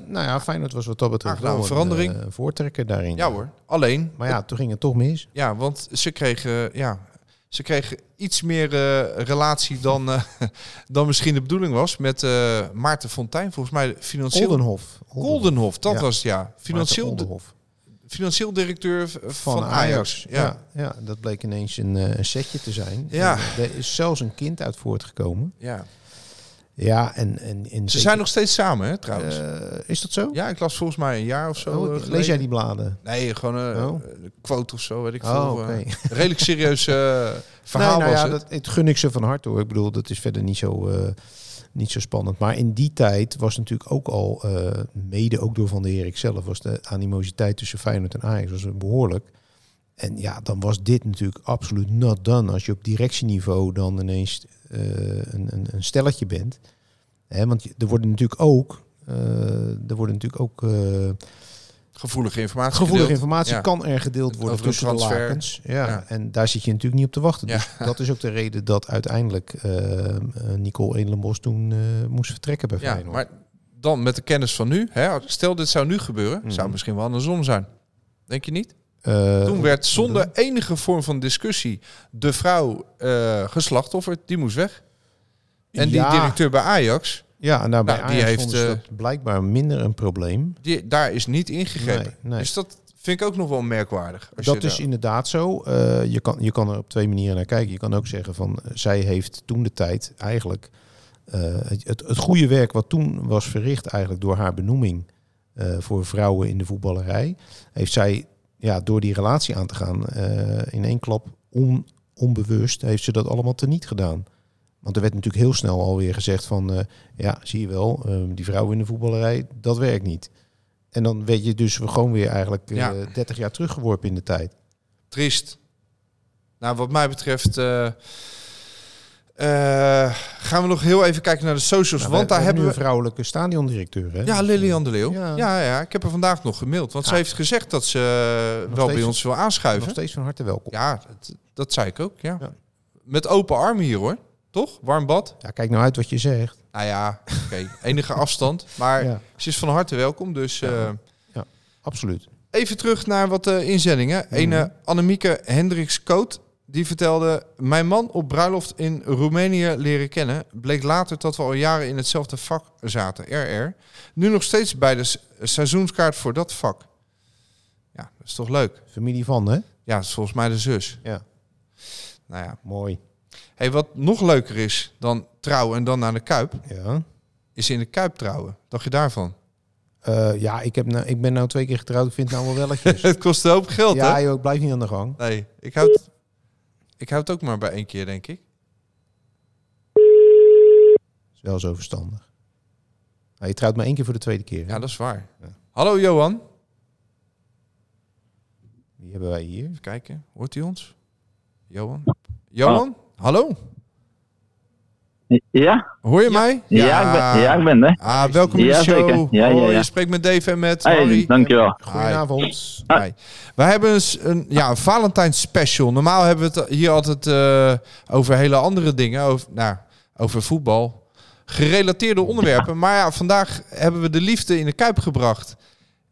S7: nou ja, Feyenoord was wat dat betreft
S6: Aangename
S7: wel een,
S6: verandering.
S7: eh, voortrekker daarin.
S6: ja hoor. Alleen,
S7: Maar ja, toen ging het toch mis.
S6: Ja, want ze kregen, ja, ze kregen iets meer eh, relatie dan, eh, dan misschien de bedoeling was met eh, Maarten Fontijn. Volgens mij financieel...
S7: Oldenhof.
S6: Goldenhof, dat
S7: Ja.
S6: was het, ja. Financieel,
S7: Maarten
S6: di-
S7: Oldenhof.
S6: financieel directeur v- van,
S7: van,
S6: Ajax.
S7: Ajax.
S6: Ja.
S7: Ja. Ja, dat bleek ineens een, eh, een setje te zijn.
S6: Ja.
S7: En eh, Er is zelfs een kind uit voortgekomen.
S6: Ja.
S7: Ja, en... en, en eh,
S6: Ze zijn nog steeds samen, hè, trouwens.
S7: is dat zo?
S6: ja, ik las volgens mij een jaar of zo.
S7: Oh,
S6: eh,
S7: lees
S6: geleden.
S7: jij die bladen?
S6: Nee, gewoon eh,
S7: Oh.
S6: een quote of zo, weet ik
S7: Oh,
S6: veel.
S7: oké.
S6: eh, redelijk serieus eh, verhaal
S7: nee, nou
S6: was
S7: ja,
S6: het.
S7: dat, het gun ik ze van harte hoor. Ik bedoel, dat is verder niet zo, eh, niet zo spannend. Maar in die tijd was natuurlijk ook al, eh, mede ook door Van der Herik zelf, was de animositeit tussen Feyenoord en Ajax was behoorlijk. En ja, dan was dit natuurlijk absoluut not done. Als je op directieniveau dan ineens eh, een, een, een stelletje bent. Hè, want je- er worden natuurlijk ook, eh, er worden natuurlijk ook eh,
S6: Gevoelige informatie
S7: Gevoelige
S6: gedeeld.
S7: informatie
S6: Ja.
S7: kan er gedeeld worden
S6: Over een
S7: tussen de
S6: transfer.
S7: lakens. Ja.
S6: Ja.
S7: En daar zit je natuurlijk niet op te wachten.
S6: Ja.
S7: Dus dat is ook de reden dat uiteindelijk eh, eh, Nicole Edelenbos toen eh, moest vertrekken bij
S6: Ja,
S7: Feyenoord.
S6: maar dan met de kennis van nu, hè, stel dit zou nu gebeuren, zou het misschien wel andersom zijn. Denk je niet?
S7: Mhm. Eh,
S6: Toen werd zonder enige vorm van discussie de vrouw eh, geslachtofferd, die moest weg. En
S7: Ja.
S6: die directeur bij Ajax,
S7: ja, nou, bij
S6: Nou, die
S7: Ajax
S6: heeft,
S7: vonden ze dat blijkbaar minder een probleem.
S6: die, daar is niet ingegrepen.
S7: Nee, nee.
S6: Dus dat vind ik ook nog wel merkwaardig. Als
S7: Dat
S6: je
S7: is
S6: daar-
S7: inderdaad zo. Eh, je, kan, je kan er op twee manieren naar kijken. Je kan ook zeggen van eh, zij heeft toen de tijd eigenlijk eh, het, het, het goede werk wat toen was verricht eigenlijk door haar benoeming eh, voor vrouwen in de voetballerij, heeft zij ja, door die relatie aan te gaan eh, in één klap on, onbewust heeft ze dat allemaal teniet gedaan. Want er werd natuurlijk heel snel alweer gezegd van eh, ja, zie je wel, eh, die vrouwen in de voetballerij, dat werkt niet. En dan werd je dus gewoon weer eigenlijk eh,
S6: Ja. Dus
S7: 30 jaar teruggeworpen in de tijd.
S6: Triest. Nou, wat mij betreft eh, eh, gaan we nog heel even kijken naar de socials. want
S7: Nou, wij-
S6: daar
S7: wij
S6: hebben we...
S7: nu een vrouwelijke stadionddirecteur. Hè?
S6: Ja, Lilian de Leeuw. Ja.
S7: Ja.
S6: Ja, ik heb haar vandaag nog gemaild. Want ze heeft gezegd dat ze eh,
S7: Nog
S6: wel bij
S7: steeds-
S6: ons wil
S7: Nog
S6: aanschuiven.
S7: steeds van harte welkom. Ja.
S6: Ja, dat, dat zei ik ook, ja.
S7: Ja.
S6: Met open armen hier, hoor. Toch? Warm bad.
S7: kijk nou uit wat je zegt.
S6: Nou ja, oké. Enige afstand. Maar
S7: Ja.
S6: ze is van harte welkom. Dus eh,
S7: Absoluut.
S6: even terug naar wat eh, inzendingen.
S7: Mhm.
S6: Een eh, Annemieke Hendricks-Koot. Die vertelde, mijn man op bruiloft in Roemenië leren kennen. Bleek later dat we al jaren in hetzelfde vak zaten, RR. Nu nog steeds bij de s- seizoenskaart voor dat vak. Ja, dat is toch leuk?
S7: Familie van, hè?
S6: Ja, dat is volgens mij de zus.
S7: Ja.
S6: Nou ja.
S7: Mooi.
S6: Hey, wat nog leuker is dan trouwen en dan naar de Kuip,
S7: Ja.
S6: is in de Kuip trouwen. Dacht je daarvan?
S7: Eh, ja, ik, heb nou, ik ben nou twee keer getrouwd. Ik vind het nou wel welletjes.
S6: Het kost een hoop geld,
S7: ja,
S6: hè?
S7: joh, ik blijf niet aan de gang.
S6: Nee, ik houd, ik houd het ook maar bij één keer, denk ik.
S7: is wel zo verstandig. Nou, je trouwt maar één keer voor de tweede keer. hè?
S6: Ja, dat is waar. Hallo Johan. Even
S7: Die hebben wij hier.
S6: kijken, hoort hij ons? Johan? Johan? Hallo?
S12: Ja?
S6: Hoor je mij?
S12: Ja, ik ben, ja, ik ben er.
S6: Ah, welkom in de
S12: Ja,
S6: show.
S12: zeker. Ja, ja,
S6: Hoi,
S12: ja.
S6: je spreekt met Dave en met
S12: Hey,
S6: Harry.
S12: dankjewel. Ah.
S7: Goedenavond.
S6: Hi. Wij hebben eens een ja, Valentijns special. Normaal hebben we het hier altijd eh, over hele andere dingen. Over, nou, over voetbal. Gerelateerde onderwerpen. Maar ja, vandaag hebben we de liefde in de Kuip gebracht.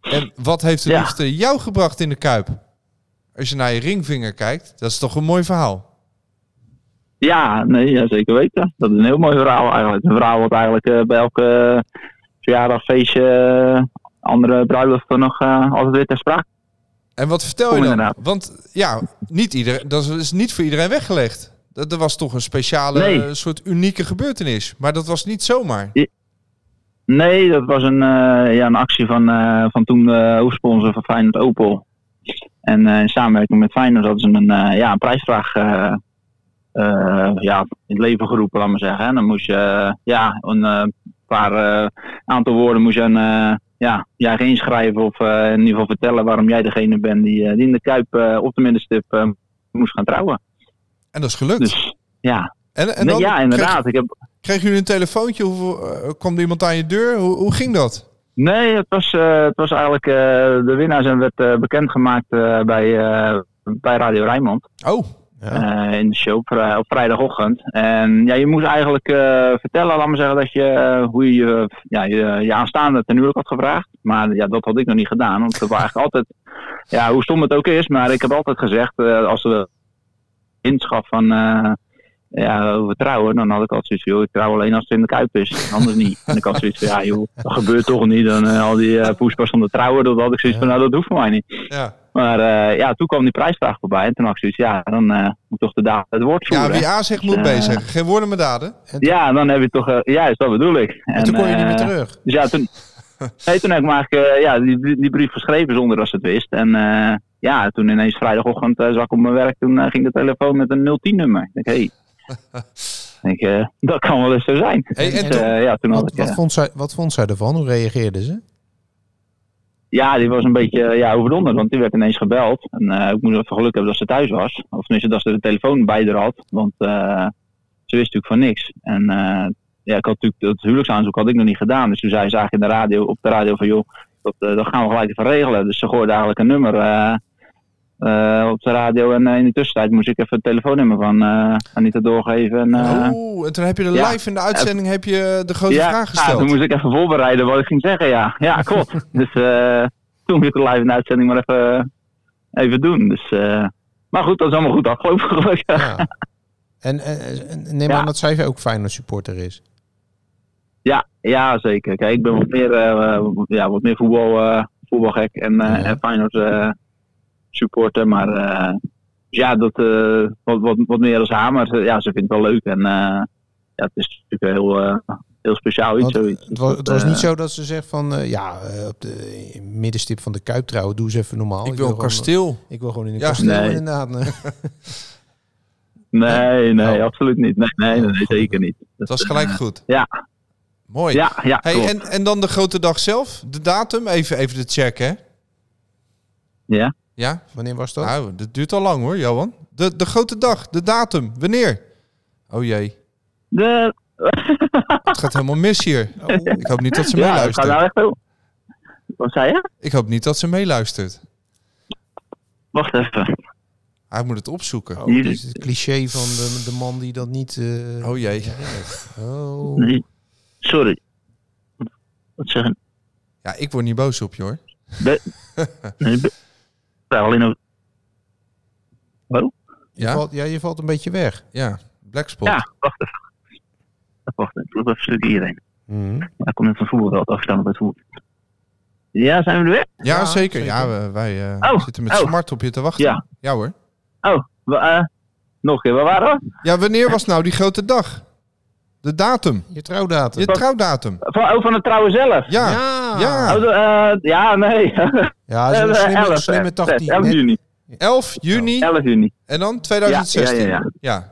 S6: En wat heeft de
S12: Ja.
S6: liefde jou gebracht in de Kuip? Als je naar je ringvinger kijkt, dat is toch een mooi verhaal.
S12: Ja, nee, ja, zeker weten. Dat is een heel mooi verhaal eigenlijk. Een verhaal wat eigenlijk eh, bij elke eh, verjaardag, feestje, eh, andere bruiloften nog eh, altijd weer ter sprake.
S6: En wat vertel je
S12: Kom,
S6: dan?
S12: inderdaad.
S6: Want ja, niet iedereen, dat is niet voor iedereen weggelegd. Dat, dat was toch een speciale,
S12: Nee.
S6: eh, soort unieke gebeurtenis. Maar dat was niet zomaar.
S12: Nee, dat was een, eh, ja, een actie van, eh, van toen de hoofdsponsor van Feyenoord Opel. En eh, in samenwerking met Feyenoord hadden ze een, eh, ja, een prijsvraag eh, eh, ja, in het leven geroepen, laat maar zeggen. En dan moest je eh, ja, een eh, paar eh, aantal woorden moest je een, eh, ja, je eigen inschrijven of eh, in ieder geval vertellen waarom jij degene bent die, eh, die in de Kuip eh, op de middenstip eh, moest gaan trouwen.
S6: En dat is gelukt.
S12: Dus ja,
S6: En, en
S12: Nee,
S6: dan
S12: ja,
S6: kreeg-
S12: inderdaad. Ik heb,
S6: Kregen jullie een telefoontje? Hoe, eh, kwam er iemand aan je deur? Hoe, hoe ging dat?
S10: Nee, het was, eh, het was eigenlijk. eh, de winnaar zijn werd eh, bekendgemaakt eh, bij, eh, bij Radio Rijnmond.
S6: Oh,
S10: eh, in de show op, vrij- op vrijdagochtend. En ja, je moest eigenlijk eh, vertellen, laat maar zeggen, dat je, eh, hoe je, eh, ja, je je aanstaande ten huwelijk had gevraagd. Maar ja, dat had ik nog niet gedaan. Want dat was eigenlijk altijd, ja, hoe stom het ook is, maar ik heb altijd gezegd, eh, als we inschaf van, eh, ja, over trouwen, dan had ik altijd zoiets van, joh, ik trouw alleen als het in de Kuip is, anders niet. En ik had zoiets van, ja joh, dat gebeurt toch niet. En eh, al die eh poespas van de trouwen, dat had ik zoiets van, nou dat hoeft voor mij niet.
S6: ja.
S10: Maar eh, ja, toen kwam die prijsvraag voorbij. En toen dacht ik zoiets, ja, dan eh, moet toch de daad het woord voeren.
S6: Ja, wie A zegt moet B
S10: eh,
S6: zeggen. Geen woorden maar daden.
S10: Ja, dan heb je toch... eh, juist, dat bedoel ik. En,
S7: toen kon je niet meer
S10: eh,
S7: terug.
S10: Dus ja, toen, nee, toen heb ik maar ja, die, die brief geschreven zonder dat ze het wist. En eh, ja, toen ineens vrijdagochtend eh, zat ik op mijn werk. Toen eh, ging de telefoon met een 010-nummer. Ik denk, hé, Ik denk, eh, dat kan wel eens zo zijn.
S6: Hey, en
S10: Dus,
S6: toen-
S10: eh, ja, toen had
S7: Wat,
S10: ik,
S7: wat,
S10: eh,
S7: vond zij, wat vond zij ervan? Hoe reageerde ze?
S10: Ja, die was een beetje eh, ja, overdonderd, want die werd ineens gebeld. En eh, ik moest even geluk hebben dat ze thuis was. Of tenminste dat ze de telefoon bij haar had, want eh, ze wist natuurlijk van niks. En eh, ja, ik had natuurlijk dat huwelijksaanzoek had ik nog niet gedaan. Dus toen zei ze eigenlijk in de radio, op de radio van joh, dat, eh, dat gaan we gelijk even regelen. Dus ze gooide eigenlijk een nummer eh, eh, op de radio. En eh, in de tussentijd moest ik even het telefoonnummer van eh Anita doorgeven. En, eh,
S6: Oeh, oh, en toen heb je de
S10: ja.
S6: live in de uitzending heb je de grote
S10: ja,
S6: vraag
S10: ja, toen
S6: gesteld.
S10: moest ik even voorbereiden wat ik ging zeggen, ja. Ja, klopt. dus eh, toen moest ik de live in de uitzending maar even, even doen. Dus, eh, maar goed, dat is allemaal goed afgelopen gelukkig. Ja,
S7: Ja. En, en, en neem
S10: Ja.
S7: aan dat zij ook Feyenoord supporter is.
S10: ja, zeker. Kijk, ik ben wat meer, eh, ja, wat meer voetbal, eh, voetbalgek en, eh en Feyenoord eh, supporter. Maar eh, dus ja, dat, eh, wat, wat, wat meer als haar. Maar ze- ja, ze vindt het wel leuk. En eh, ja, het is natuurlijk heel, eh, heel speciaal iets.
S7: Want
S10: zoiets.
S7: het was, het was
S10: eh,
S7: niet zo dat ze zegt van... eh, ja, eh, op de middenstip van de Kuip trouwen, doe eens even normaal.
S6: Oh, Ik wil een
S7: gewoon-
S6: kasteel.
S7: Ik wil gewoon in een
S6: Ja.
S7: kasteel
S10: Nee.
S7: inderdaad.
S10: Nee, nee,
S7: Oh.
S10: absoluut niet. Nee, nee, nee, nee, zeker niet.
S6: Dat was gelijk goed.
S10: Ja,
S6: Mooi.
S10: ja, ja.
S6: Hey,
S10: klopt.
S6: en, en dan de grote dag zelf. De datum, even, even de check, hè?
S10: ja.
S6: Ja?
S7: Wanneer was dat?
S6: Nou, dat duurt al lang hoor, Johan. De, de grote dag, de datum, wanneer? Oh jee,
S10: De,
S6: het gaat helemaal mis hier. Ik hoop niet dat ze
S10: ja, dat gaat
S6: meeluistert.
S10: nou echt heel. Wat zei je?
S6: Ik hoop niet dat ze meeluistert.
S10: Wacht even.
S7: Oh,
S6: Hij moet het opzoeken. Oh,
S10: Hier-
S7: Dus het cliché van de, de man die dat niet... eh,
S6: jee.
S7: oh.
S10: nee. Sorry. Wat zeg ik?
S6: Ja, ik word niet boos op je hoor.
S10: Be, nee, be, Nou, alleen over. Hallo?
S7: Je
S6: Ja,
S7: valt, ja, je valt een beetje weg.
S6: ja. Blackspot.
S10: Ja, wacht even. Even Wacht even, ik loop even een stukje hierheen.
S7: Mhm.
S10: Maar ik kom net van het voetbalveld afstaan op het voetbal. Ja, zijn we er weer?
S6: Ja,
S7: Ja,
S6: zeker.
S7: zeker.
S6: Ja, we- wij eh,
S10: Oh,
S6: zitten met
S10: oh.
S6: smart op je te wachten.
S10: Ja.
S6: hoor.
S10: Oh, we, eh, nog een keer, waar waren we?
S6: Ja, wanneer was nou die grote dag? De datum.
S7: Je trouwdatum.
S6: Je trouwdatum.
S10: Van, oh, van het trouwen zelf.
S6: Ja.
S7: Ja.
S6: Ja.
S10: Oh, de, eh, ja, nee.
S7: Ja, dat is een
S10: Eh,
S7: slimme,
S10: 11,
S7: slimme
S10: eh,
S7: tactiek.
S10: 11
S7: Net-
S10: juni.
S6: 11 juni
S10: 11 juni.
S6: en dan 2016.
S10: Ja, ja, ja,
S6: Ja.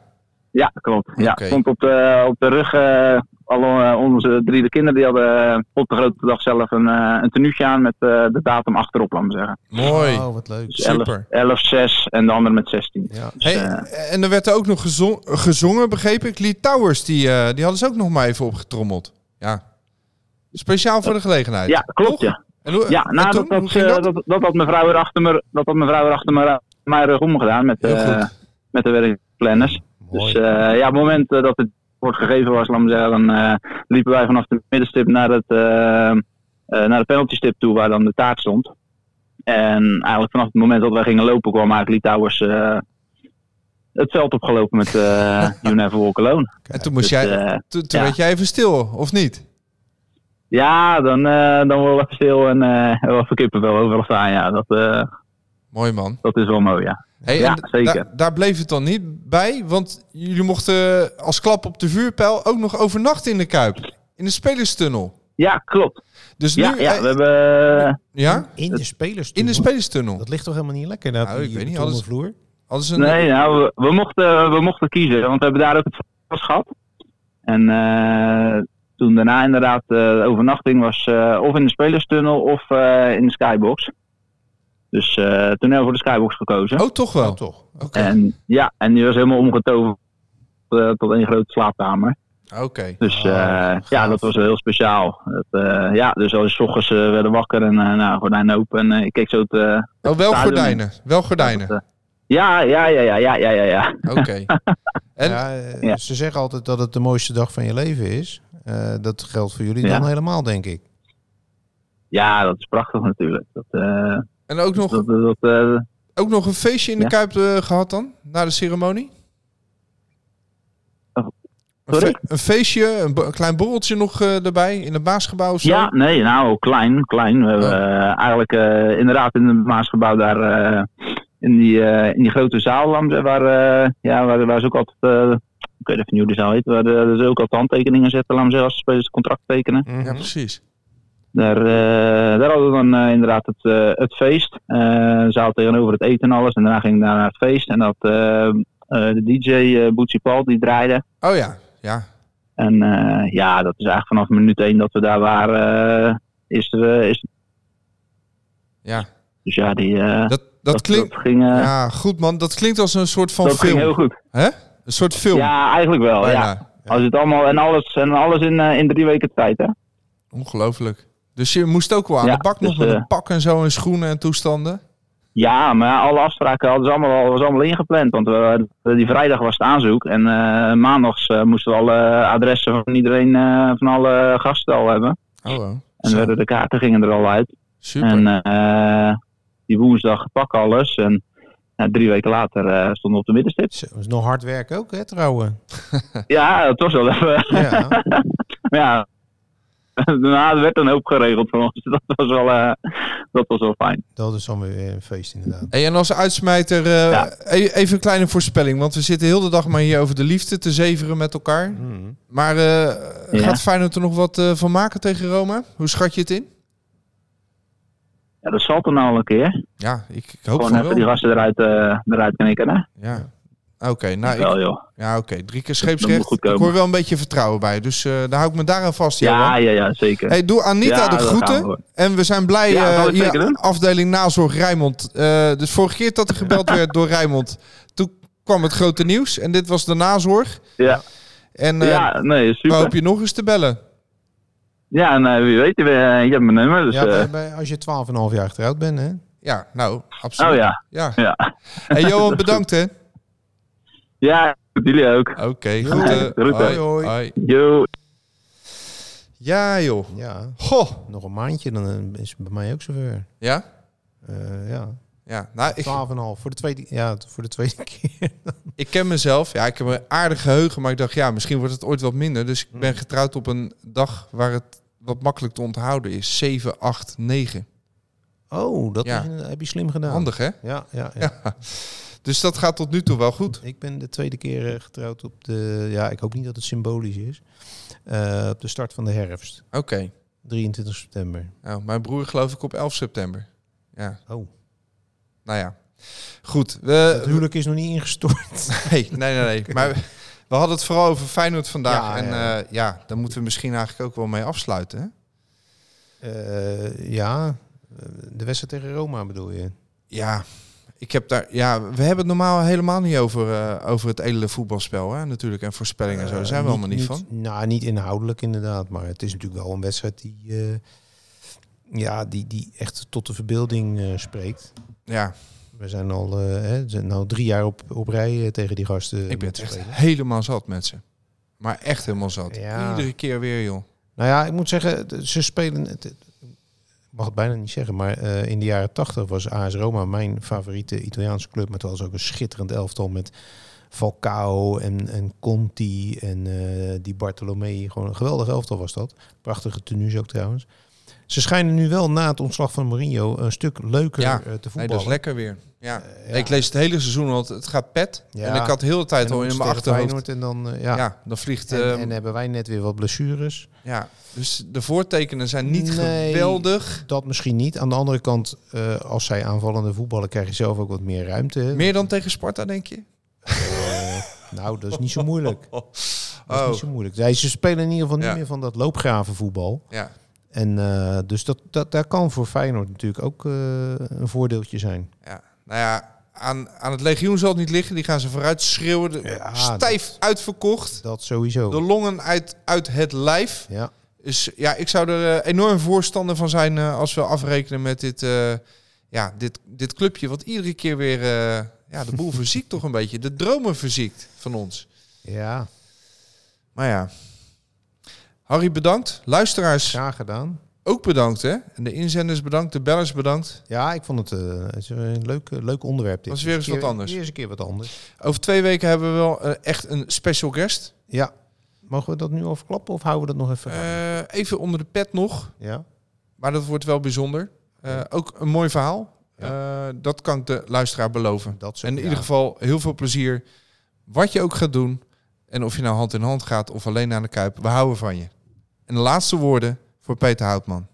S10: Ja, klopt. Ja,
S6: Oké.
S10: stond op de, op de rug. eh, al eh, onze drie de kinderen die hadden eh, op de grote dag zelf een, eh een tenuutje aan met eh, de datum achterop, laten we zeggen.
S6: Mooi.
S7: Oh, wat leuk.
S10: Dus 11,
S6: Super.
S10: 11, 6 en de andere met 16.
S7: Ja.
S10: Dus,
S6: Hey,
S10: eh,
S6: en er werd ook nog gezong- gezongen, begreep ik. Lee Towers, die, eh, die hadden ze ook nog maar even opgetrommeld. Ja. Speciaal voor de gelegenheid.
S10: ja, klopt
S6: Toch?
S10: ja.
S6: En hoe,
S10: Ja,
S6: en
S10: nou,
S6: toen?
S10: dat,
S6: Hoe
S10: dat,
S6: ging
S10: eh,
S6: dat?
S10: dat? Dat, dat had mevrouw erachter me, dat had mevrouw erachter me, eh, mijn rug omgedaan met,
S6: Heel
S10: eh,
S6: goed.
S10: met de werkplanners. Dus eh, ja, op het moment eh, dat het woord gegeven was, laten we zeggen, dan eh, liepen wij vanaf de middenstip naar, het, eh, eh, naar de penaltystip toe waar dan de taart stond. En eigenlijk vanaf het moment dat wij gingen lopen kwam eigenlijk Litouwers eh het veld opgelopen met eh You Never Walk Alone.
S6: En toen moest jij,
S10: Dus, eh,
S6: toen, toen
S10: ja.
S6: werd jij even stil, of niet?
S10: ja, dan, eh dan worden we even stil en eh wel even kippenvel overal staan. Ja, dat, eh,
S6: Mooi man.
S10: dat is wel mooi, ja.
S6: Hey,
S10: Ja,
S6: en d-
S10: zeker.
S6: Daar, daar bleef het dan niet bij, want jullie mochten als klap op de vuurpijl ook nog overnachten in de Kuip. In de spelerstunnel.
S10: Ja, klopt.
S6: Dus
S10: Ja,
S6: nu...
S10: ja,
S6: eh,
S10: we hebben...
S6: ja?
S7: In de spelers.
S6: In de spelerstunnel.
S7: Dat ligt toch helemaal niet lekker daar
S6: Nou,
S7: op
S6: ik
S7: die
S6: weet niet,
S7: betonnen
S6: alles-
S7: vloer?
S6: Hadden ze een,
S10: Nee, nou, we, we mochten, we mochten kiezen, want we hebben daar ook het vast gehad. En eh, toen daarna inderdaad eh, de overnachting was eh, of in de spelerstunnel of eh, in de skybox. Dus eh, toen hebben we voor de skybox gekozen.
S6: Oh, toch wel?
S7: Oh, toch.
S6: Oké.
S10: En ja, en die was helemaal omgetoverd eh, tot één grote slaapkamer.
S6: Ah, Oké.
S10: Dus eh, ja, dat was wel heel speciaal. Dat, eh, ja, dus als 's ochtends eh, werden wakker en eh nou, gordijnen open. En eh, ik keek zo het... eh,
S6: Oh, wel
S10: stadion.
S6: gordijnen. Wel gordijnen.
S10: dat, eh, ja, ja, ja, ja, ja, ja, ja, ja.
S6: Oké. En-
S7: Ja, eh,
S10: Ja.
S7: Ze zeggen altijd dat het de mooiste dag van je leven is. Eh, dat geldt voor jullie
S10: Ja.
S7: dan helemaal, denk ik.
S10: Ja, dat is prachtig natuurlijk. Dat, eh,
S6: En ook nog,
S10: dat, dat, eh,
S6: ook nog een feestje in de
S10: Ja.
S6: Kuip eh, gehad dan? Na de ceremonie?
S10: Oh,
S6: Een,
S10: sorry?
S6: fe- een feestje, een, bo- een klein borreltje nog eh, erbij in het baasgebouw of zo?
S10: Ja, nee, nou, klein, klein. We hebben eh, eigenlijk eh, inderdaad in het Maasgebouw daar, eh, in, die, eh, in die grote zaal, waar, waar, eh, ja, waar, waar ze ook altijd, eh, ik weet even niet hoe de zaal heet, waar eh, ze ook altijd handtekeningen zetten, laat maar zeggen, als ze spelers contract tekenen.
S6: Ja, precies.
S10: Daar, eh, daar hadden we dan eh, inderdaad het, eh, het feest. Eh zaal tegenover het eten en alles. En daarna ging ik daar naar het feest. En dat eh, eh, de DJ eh Bootsy Paul, die draaide.
S6: Oh ja, ja.
S10: En eh, ja, dat is eigenlijk vanaf minuut één dat we daar waren, eh, is, er, eh, is...
S6: Ja.
S10: Dus ja, die, eh, dat,
S6: Dat, dat klinkt...
S10: dat ging, eh,
S6: Ja, goed man. Dat klinkt als een soort van
S10: dat ging
S6: film.
S10: heel goed.
S6: Hè? Een soort film.
S10: Ja, eigenlijk wel. Ja.
S6: bijna.
S10: Als het allemaal en alles, en alles in, eh, in drie weken tijd, hè?
S6: Ongelooflijk. Dus je moest ook wel aan
S10: Ja,
S6: de bak nog
S10: dus,
S6: met
S10: eh,
S6: een pak en zo en schoenen en toestanden.
S10: Ja, maar ja, alle afspraken hadden ze allemaal, was allemaal ingepland. Want we, die vrijdag was het aanzoek. En eh, maandags eh, moesten we alle adressen van iedereen, eh, van alle gasten al hebben.
S6: Oh, oh.
S10: En
S6: Zo,
S10: werden de kaarten gingen er al uit.
S6: Super.
S10: En eh, die woensdag pak alles. En ja, drie weken later eh, stonden we op de middenstip.
S7: Zo, Dat is nog hard werk ook, hè, trouwen.
S10: Ja, dat was wel even.
S7: Ja.
S10: Maar ja, daarna werd een hoop geregeld voor ons. Dat was wel, eh, dat was wel fijn.
S7: Dat is dan weer een feest, inderdaad.
S6: Hey, en als uitsmijter, eh,
S10: Ja.
S6: e- even een kleine voorspelling. Want we zitten heel de dag maar hier over de liefde te zeveren met elkaar. Maar eh, gaat Feyenoord er nog wat eh, van maken tegen Roma? Hoe schat je het in?
S10: Ja, dat zal toch nou een keer.
S6: Ja, ik, ik hoop
S10: Gewoon
S6: van
S10: even die
S6: wel.
S10: gasten eruit, eh, eruit knikken. Hè?
S6: Ja. Oké, nou, ik-
S10: Wel joh.
S6: ja, oké. drie keer
S10: Dat moet
S6: scheepsrecht.
S10: goed
S6: Ik
S10: komen.
S6: hoor wel een beetje vertrouwen bij. Dus eh, daar hou ik me daaraan vast,
S10: Ja,
S6: Johan.
S10: ja, ja, zeker.
S6: Hey, doe Anita
S10: Ja,
S6: de
S10: dat gaan
S6: groeten.
S10: we doen.
S6: en we zijn blij,
S10: Ja, dat
S6: eh,
S10: zal ik
S6: ja,
S10: zeker doen.
S6: afdeling nazorg Rijmond. Eh, dus vorige keer dat er gebeld werd door Rijmond, toen kwam het grote nieuws. En dit was de nazorg.
S10: Ja.
S6: En eh,
S10: ja, nee,
S6: we
S10: super.
S6: hopen je nog eens te bellen.
S10: Ja, en eh, wie weet, je, eh, je hebt mijn nummer. Dus,
S7: Ja,
S10: eh,
S7: bij- bij- als je 12,5 jaar getrouwd bent, hè?
S6: Ja, nou, absoluut.
S10: oh ja,
S6: ja.
S10: ja.
S6: Hey, Johan, bedankt hè.
S10: Ja, jullie ook.
S6: Oké, groeten.
S10: groeten.
S6: Hoi,
S7: Hoi.
S6: hoi.
S10: Yo.
S6: Ja joh.
S7: Ja.
S6: Goh.
S7: Nog een maandje, dan eh, is het bij mij ook zover.
S6: Ja?
S7: Eh ja,
S6: Ja, nou, ik,
S7: 12,5 voor de tweede, ja, voor de tweede keer.
S6: ik ken mezelf. Ja, ik heb een aardig geheugen, maar ik dacht, ja, misschien wordt het ooit wat minder. Dus ik ben getrouwd op een dag waar het wat makkelijk te onthouden is. 7, 8, 9.
S7: Oh, dat
S6: Ja.
S7: is inderdaad- heb je slim gedaan.
S6: Handig, hè?
S7: Ja, ja, ja.
S6: Dus dat gaat tot nu toe wel goed.
S7: Ik ben de tweede keer eh, getrouwd op de, ja, ik hoop niet dat het symbolisch is, Eh, op de start van de herfst,
S6: Oké.
S7: 23 september.
S6: Nou, mijn broer geloof ik op 11 september. Ja,
S7: Oh,
S6: nou ja. Goed. We,
S7: het huwelijk is nog niet ingestort.
S6: Nee, nee, nee. nee. Maar we- we hadden het vooral over Feyenoord vandaag.
S7: Ja,
S6: en
S7: ja.
S6: eh, ja, daar moeten we misschien eigenlijk ook wel mee afsluiten. hè?
S7: Eh, ja, eh, de wedstrijd tegen Roma bedoel je?
S6: Ja, ik heb daar, ja, we hebben het normaal helemaal niet over, eh, over het edele voetbalspel. Hè? Natuurlijk, en voorspellingen en zo. Daar zijn we
S7: Eh,
S6: allemaal niet, van.
S7: Nou, niet inhoudelijk inderdaad, maar het is natuurlijk wel een wedstrijd die, eh, ja, die, die echt tot de verbeelding eh, spreekt.
S6: Ja,
S7: We zijn al eh, hè, we zijn al drie jaar op, op rij eh, tegen die gasten.
S6: ik ben het
S7: moeten
S6: echt
S7: spelen.
S6: helemaal zat met ze. Maar echt helemaal zat.
S7: Ja.
S6: Iedere keer weer, joh.
S7: Nou ja, ik moet zeggen, d- ze spelen. het- het- Ik mag het bijna niet zeggen, maar eh, in de jaren tachtig was AS Roma mijn favoriete Italiaanse club. Maar terwijl ze ook een schitterend elftal met Falcao en, en Conti en eh, die Bartolomei. Gewoon een geweldig elftal was dat. Prachtige tenues ook trouwens. Ze schijnen nu wel na het ontslag van Mourinho een stuk leuker
S6: Ja,
S7: eh, te
S6: Nee,
S7: voetballen.
S6: dat is lekker weer. Eh, Ja.
S7: ja.
S6: Ik lees het hele seizoen, want het gaat pet.
S7: Ja.
S6: En ik had de hele tijd
S7: En
S6: al in
S7: ons
S6: mijn
S7: tegen
S6: achterhoofd.
S7: Feyenoord En dan, eh,
S6: Ja.
S7: ja.
S6: dan vliegt...
S7: En,
S6: ehm,
S7: en hebben wij net weer wat blessures.
S6: ja. Dus de voortekenen zijn niet
S7: Nee.
S6: geweldig.
S7: Dat misschien niet. Aan de andere kant, eh, als zij aanvallende voetballen, krijg je zelf ook wat meer ruimte. hè.
S6: Meer dan tegen Sparta, denk je?
S7: Eh, nou, dat is niet zo moeilijk. Dat is
S6: Oh.
S7: niet zo moeilijk. Zij, ze spelen in ieder geval niet
S6: Ja.
S7: meer van dat loopgravenvoetbal.
S6: Ja.
S7: En eh, dus dat, dat, daar kan voor Feyenoord natuurlijk ook eh, een voordeeltje zijn.
S6: ja. Nou ja, aan, aan het legioen zal het niet liggen. Die gaan ze vooruit schreeuwen. De-
S7: Ja,
S6: stijf uitverkocht.
S7: Dat sowieso.
S6: De longen uit, uit het lijf.
S7: Ja.
S6: Dus ja, ik zou er eh, enorm voorstander van zijn eh, als we afrekenen met dit, eh, ja, dit, dit clubje. Wat iedere keer weer eh, ja, de boel verziekt toch een beetje. De dromen verziekt van ons.
S7: ja,
S6: Maar ja. Harry, bedankt. Luisteraars,
S7: graag gedaan.
S6: ook bedankt. Hè? En de inzenders bedankt. De bellers bedankt.
S7: Ja, ik vond het, eh, het is een leuk, eh, leuk onderwerp. Dit
S6: Was weer eens
S7: Keer-
S6: wat anders.
S7: Weer eens een keer wat anders.
S6: Over twee weken hebben we wel eh, echt een special guest.
S7: Ja. Mogen we dat nu al verklappen of houden we dat nog even? geheim?
S6: Eh, even onder de pet nog.
S7: ja.
S6: Maar dat wordt wel bijzonder. Eh, ook een mooi verhaal. Eh, dat kan ik de luisteraar beloven.
S7: Dat is-
S6: en in
S7: ja.
S6: ieder geval heel veel plezier. Wat je ook gaat doen. En of je nou hand in hand gaat of alleen aan de kuip. We houden van je. En de laatste woorden voor Peter Houtman.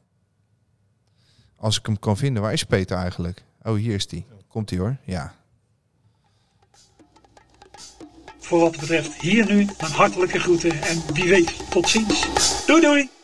S6: Als ik hem kan vinden. Waar is Peter eigenlijk? Oh, hier is hij. Komt hij hoor. Ja.
S13: Voor wat betreft hier nu, een hartelijke groeten en wie weet, tot ziens. Doei doei!